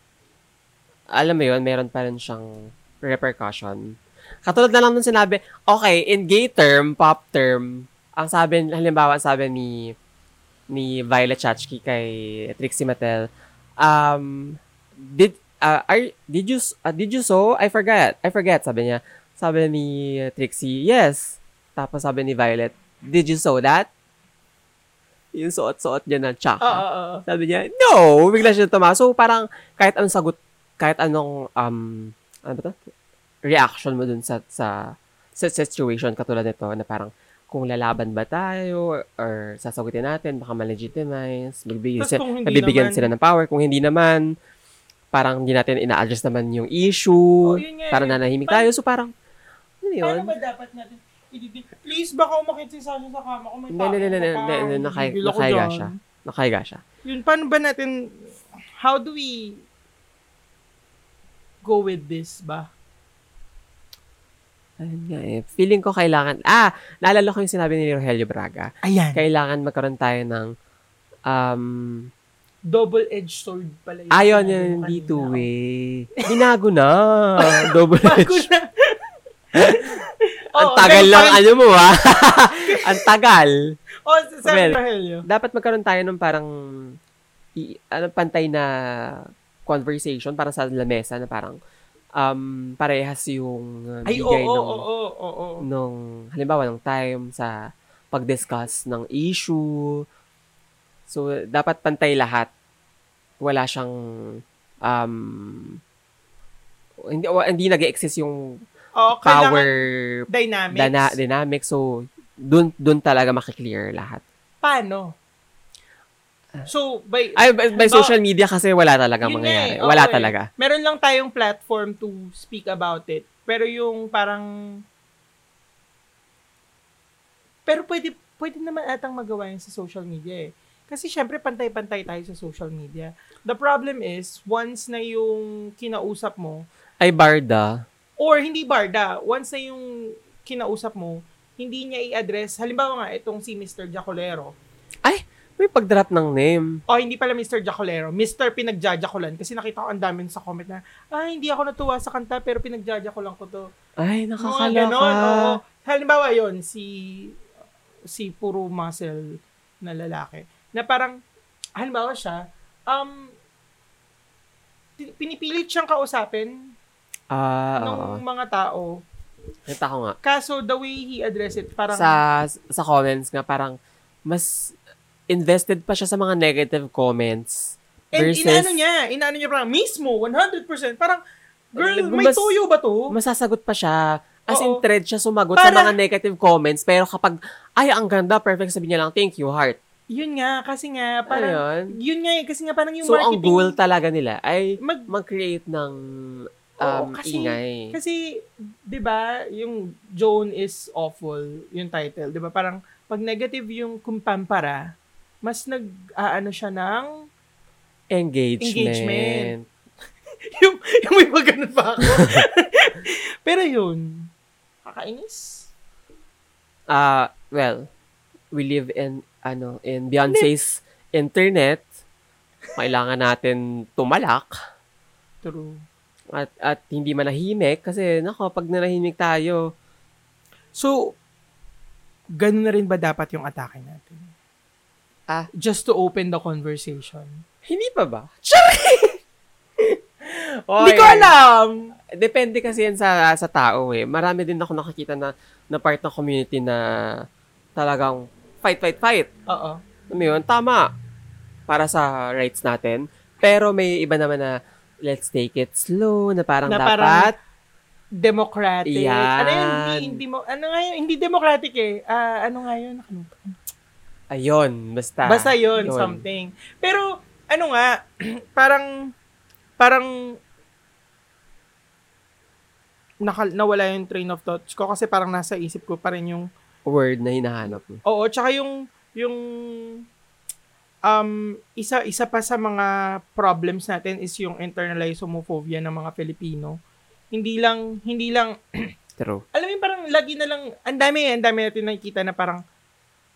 alam mo yun, meron pa rin siyang repercussion. Katulad na lang nung sinabi, okay, in gay term, pop term, ang sabi, halimbawa, ang sabi ni, ni Violet Chachki kay Trixie Mattel, um, did, ah, are, did you, s- ah, did you so? I forgot. I forget, sabi niya. Sabi ni Trixie, yes. Tapos sabi ni Violet, did you sew that? Yung suot-suot niya na Oo, tsaka. oo, oo. Sabi niya, no! Bigla siya tama. So, parang kahit anong sagot, kahit anong, um, ano ba to? reaction mo dun sa, sa, sa situation katulad nito na parang kung lalaban ba tayo or sasagutin natin, baka malegitimize, magbigay Tas sila, kung hindi nabibigyan naman- sila ng power. Kung hindi naman, parang hindi natin ina-address naman yung issue. Oh, yun nga, parang yun. nanahimik Paano- tayo. So parang, ano yun? Paano ba dapat natin ididin? Please, baka umakit si Sasha sa kama ko. May Hindi, hindi, hindi, hindi, hindi, nakay- Bibilo ko nakahiga dyan. siya. Nakahiga siya. Yun, paano ba natin, how do we go with this ba? Ayun nga eh. Feeling ko kailangan, ah, naalala ko yung sinabi ni Rogelio Braga. Ayan. Kailangan magkaroon tayo ng, um, Double-edged sword pala. Ano ayon yun, hindi (laughs) two way. Binago na. Double Bago edge. na. (laughs) Ang tagal lang, ano mo ah. (laughs) Ang tagal. Oh, sa Well, Rogelio. Dapat magkaroon tayo ng parang, i, ano, pantay na conversation para sa lamesa na parang, um, parehas yung uh, Ay, oo, bigay oo, ng oo, oo, oo. nung halimbawa ng time sa pag-discuss ng issue. So dapat pantay lahat. Wala siyang um hindi wa- hindi nag-exist yung Oo, power kailangan dynamics. dana, dynamic. So dun dun talaga makiklear lahat. Paano? So, by, Ah. Ay by, by Ba- social media kasi wala talaga Diba? Yun nga mangyayari. eh, oo wala eh. talaga. Meron lang tayong platform to speak about it. Pero yung parang... Pero pwede, pwede naman atang magawa yun sa social media eh. Kasi syempre, pantay-pantay tayo sa social media. The problem is, once na yung kinausap mo, Ay barda. or hindi barda, once na yung kinausap mo, hindi niya i-address. Halimbawa nga, itong si Mr. Jacolero. May pag-drop ng name. O, Oh, hindi pala Mr. Jacolero. Mr. Pinagjajakolan. Kasi nakita ko ang dami sa comment na, ah, hindi ako natuwa sa kanta, pero pinagjajakolan ko to. Ay, Mga nakakaloka. ganon, oo. Halimbawa yon si si puro muscle na lalaki. Na parang, halimbawa siya, um, ti- pinipilit siyang kausapin Ah, oo. ng mga tao. Nakita ko nga. Kaso the way he address it, parang, sa sa comments nga parang mas invested pa siya sa mga negative comments and versus inaano niya, inaano niya parang, mismo, 100%, parang, girl, may Mas- toyo ba to? masasagot pa siya as in Oo. thread siya sumagot sa Para- mga negative comments pero kapag ay ang ganda perfect sabi niya lang thank you heart Yun nga, kasi nga, ano parang, yun? yun nga eh, kasi nga parang yung so ang marketing. goal talaga nila ay mag, mag-create ng um, Oo, kasi- ingay kasi, di ba, yung Joan is awful, yung title, di ba, parang, pag negative yung kumpampara, mas nag, aano siya ng, (laughs) engagement, engagement. yung, yung may pag ganun pa ako. (laughs) Pero yun, kakainis. ah well, we live in ano in Beyonce's internet. Kailangan natin tumalak True. at at hindi manahimik kasi nako pag nanahimik tayo, So, ganun na rin ba dapat yung atake natin? Ah. Just to open the conversation. hindi pa ba? (laughs) Hindi ko alam! Depende kasi yan sa sa tao eh. Marami din ako nakakita na na part ng community na talagang fight fight fight. Oo. Alam mo yun, tama para sa rights natin. Pero may iba naman na let's take it slow na parang Na parang- dapat Democratic. Yan. Ano yun? Hindi, hindi mo, ano nga yun? Hindi democratic eh. Ah, ano nga yun? Ano? Ayun, basta. Basta yun, something. Pero, ano nga, (clears throat) parang, parang, naka, nawala yung train of thoughts ko kasi parang nasa isip ko pa rin yung, Word na hinahanap mo. oo, tsaka yung, yung, um, isa, isa pa sa mga problems natin is yung internalized homophobia ng mga Filipino. Hindi lang, hindi lang, True. alam mo yung parang lagi na lang, ang dami, ang dami natin nakikita na parang,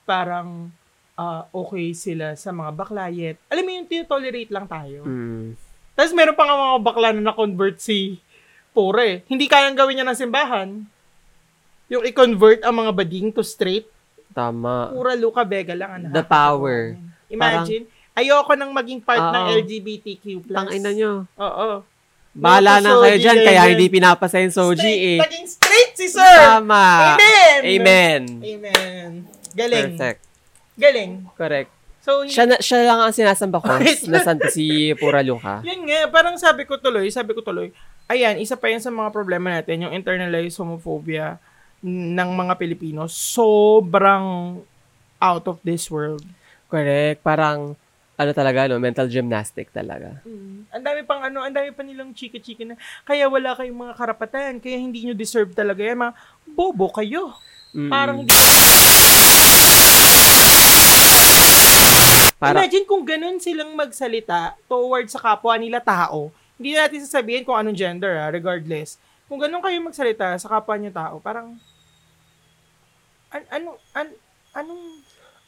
parang, ah, okay sila sa mga bakla yet. Alam mo yung tinotolerate lang tayo. Mm. Tapos meron pa nga mga bakla na na-convert si Pore. Hindi kayang gawin niya ng simbahan. Yung i-convert ang mga bading to straight. Tama. Pura Luca Vega lang. ang The nakakatawa power. namin. Imagine, ayoko nang maging part ng Oo. LGBTQ+. Tangina nyo. Oo. Bahala Loto na kayo Soji dyan, kaya Legend. hindi pinapasa yung Soji eh. Straight, Naging straight si Sir! Tama. Amen! Amen. Amen. Galing. Perfect. Galing. Correct. So, So, Siya, na, siya lang ang sinasamba ko Wait. na san- si Pura (laughs) Luka. Yun nga, parang sabi ko tuloy, sabi ko tuloy, ayan, isa pa yan sa mga problema natin, yung internalized homophobia ng mga Pilipino, sobrang out of this world. Correct. Parang, ano talaga, no? mental gymnastic talaga. Ang dami pang ano, ang dami pa nilang chika-chika na, kaya wala kayong mga karapatan, kaya hindi nyo deserve talaga yan, mga bobo kayo. Mm. Parang, Para- imagine kung ganun silang magsalita towards sa kapwa nila tao, hindi natin sasabihin kung anong gender, ha, regardless. Kung ganun kayo magsalita sa kapwa nyo tao, parang, an, ano, an, anong,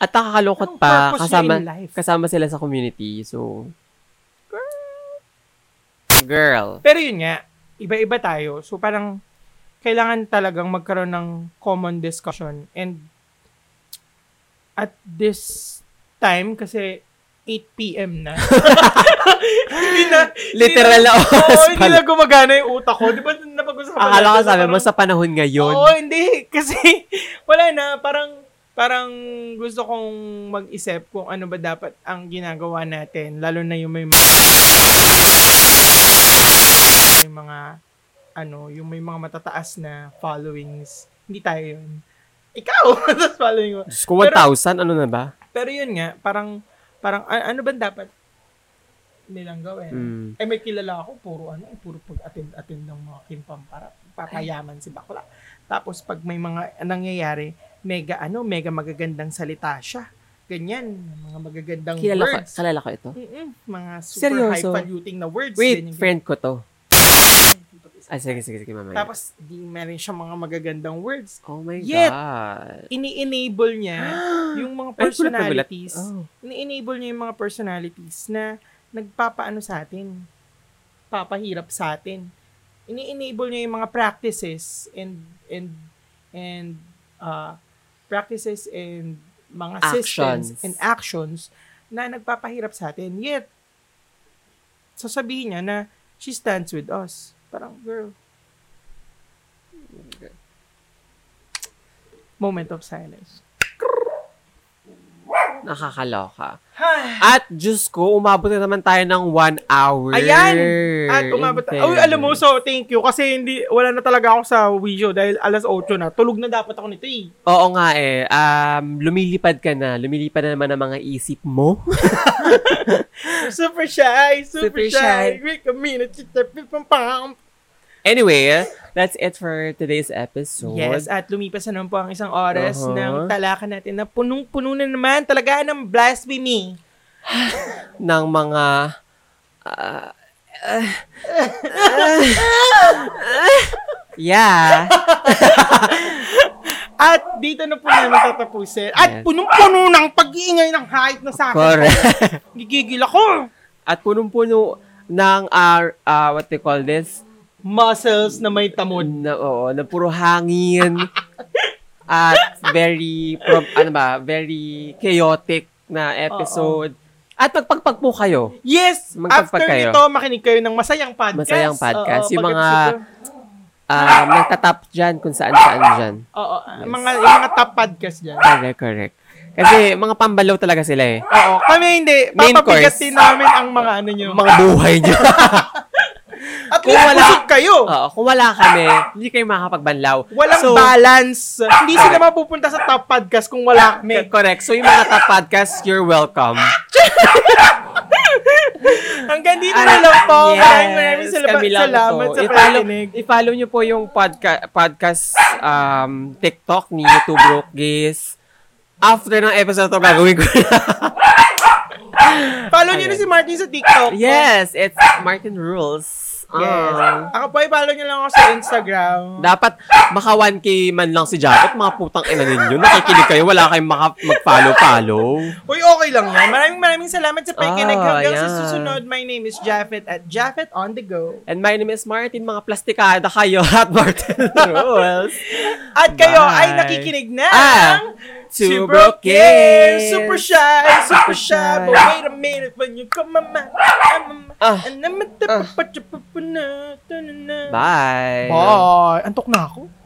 At nakakalungkot anong pa, purpose kasama, nyo in life? kasama sila sa community, so... Girl. Pero yun nga, iba-iba tayo. So parang kailangan talagang magkaroon ng common discussion and at this time kasi 8 p.m. na. (laughs) hindi na Literal na oras Oo, hindi na pala. gumagana yung utak ko. Di ba napag-usapan Akala ko natin na sabi mo, parang- sa panahon ngayon. Oo, hindi. (laughs) Kasi wala na. Parang parang gusto kong mag-isip kung ano ba dapat ang ginagawa natin. Lalo na yung may mga yung mga ano, yung may mga matataas na followings. Hindi tayo yun. Ikaw, (laughs) mataas following mo. Diyos ko, 1,000, ano na ba? Pero yun nga, parang, parang a- ano ba dapat nilang gawin? Mm. Eh, may kilala ako, puro ano, eh, puro pag-attend-attend ng mga kimpam para papayaman si bakla. Tapos pag may mga nangyayari, mega ano, mega magagandang salita siya. Ganyan, mga magagandang Kilala ko, words. kalala ko ito. Mm-mm, mga super Seryoso? high-polluting na words. Wait, ganyan, friend ko to. Ay, sige, sige, sige, ganyan. mamaya. Tapos, di meron siya mga magagandang words. oh my Yet- God. Ini-enable (gasps) niya yung mga Ay, gulat na gulat. personalities. Oh. ini-enable niya yung mga personalities na nagpapaano sa atin, papahirap sa atin. Ini-enable niya yung mga practices and and and uh, practices and mga systems Actions. and actions na nagpapahirap sa atin. Yet, sasabihin niya na she stands with us. Parang, girl. Moment of silence. Nakakaloka. Hi! At Diyos ko, umabot na naman tayo ng one hour. Ayan! At umabot. In Oh, alam mo, fairness. so thank you. Kasi hindi, wala na talaga ako sa video dahil alas 8 na. Tulog na dapat ako nito eh. Oo nga eh. Um, lumilipad ka na. Lumilipad na naman ang mga isip mo. (laughs) Super shy, super, Super shy. shy. Wait a minute. It's a bit pang pang. anyway, that's it for today's episode. Yes, at lumipas na naman po ang isang oras Uh-huh. ng talakan natin na punong-puno na naman talaga ng blasphemy. Ng mga... ah, ah, ah, yeah. At dito na po namin tatapusin. At Yes. punong-puno ng pag-iingay ng hype na sa akin. Correct. Gigigil ako. At punong-puno ng, ah, ah, what they call this? Muscles na may tamod. Na, oo, na puro hangin. at very, pro, ano ba, very chaotic na episode. At magpagpag po kayo. Yes! Magpagpag after kayo. nito, makinig kayo ng masayang podcast. Masayang podcast. Oo, Yung pag- mga- Um, nagtatap dyan kung saan saan dyan. Oo, ah, mga, yung mga top podcast dyan. Correct, correct. Kasi mga pambalaw talaga sila eh. Oo, kami hindi. Main Papabigat course. din namin ang mga ano nyo. Mga buhay nyo. (laughs) At kung least wala- busog kayo. Oo, kung wala kami, hindi kayo makakapagbanlaw. Walang So, Ah. balance. Hindi sila mapupunta sa top podcast kung wala c- kami. Correct. So, yung mga tap podcast, you're welcome. Hanggang dito na Alam lang po. Maraming Ah, Yes, maraming salaba- kami lang salamat po. sa I-follow, pakikinig. i-follow nyo po yung podca- podcast um, TikTok ni YouTube Broke Gays. After ng episode to, gagawin ko Follow nyo na si Martin sa TikTok. (laughs) yes, it's Martin Rules. Yes. Ah. Ako po, i-follow nyo lang ako sa Instagram. Dapat maka 1k man lang si Japet, mga putang ina ninyo. Nakikinig kayo, wala kayong maka- mag-follow-follow. Uy, okay lang yan. Maraming maraming salamat sa pakikinig. Ah, Hanggang sa yan. susunod, my name is Japheth at Japheth on the go. And my name is Martin, mga plastikada kayo (laughs) at Martin Rules. At kayo Bye. ay nakikinig ng Ah, (laughs) Si Two Broke Gays. Super shy, super Ah, Super shy. shy. But wait a minute when you come my mind. I'm a Ah. and I'm a- Ah. Bye. Bye. Antok na ako.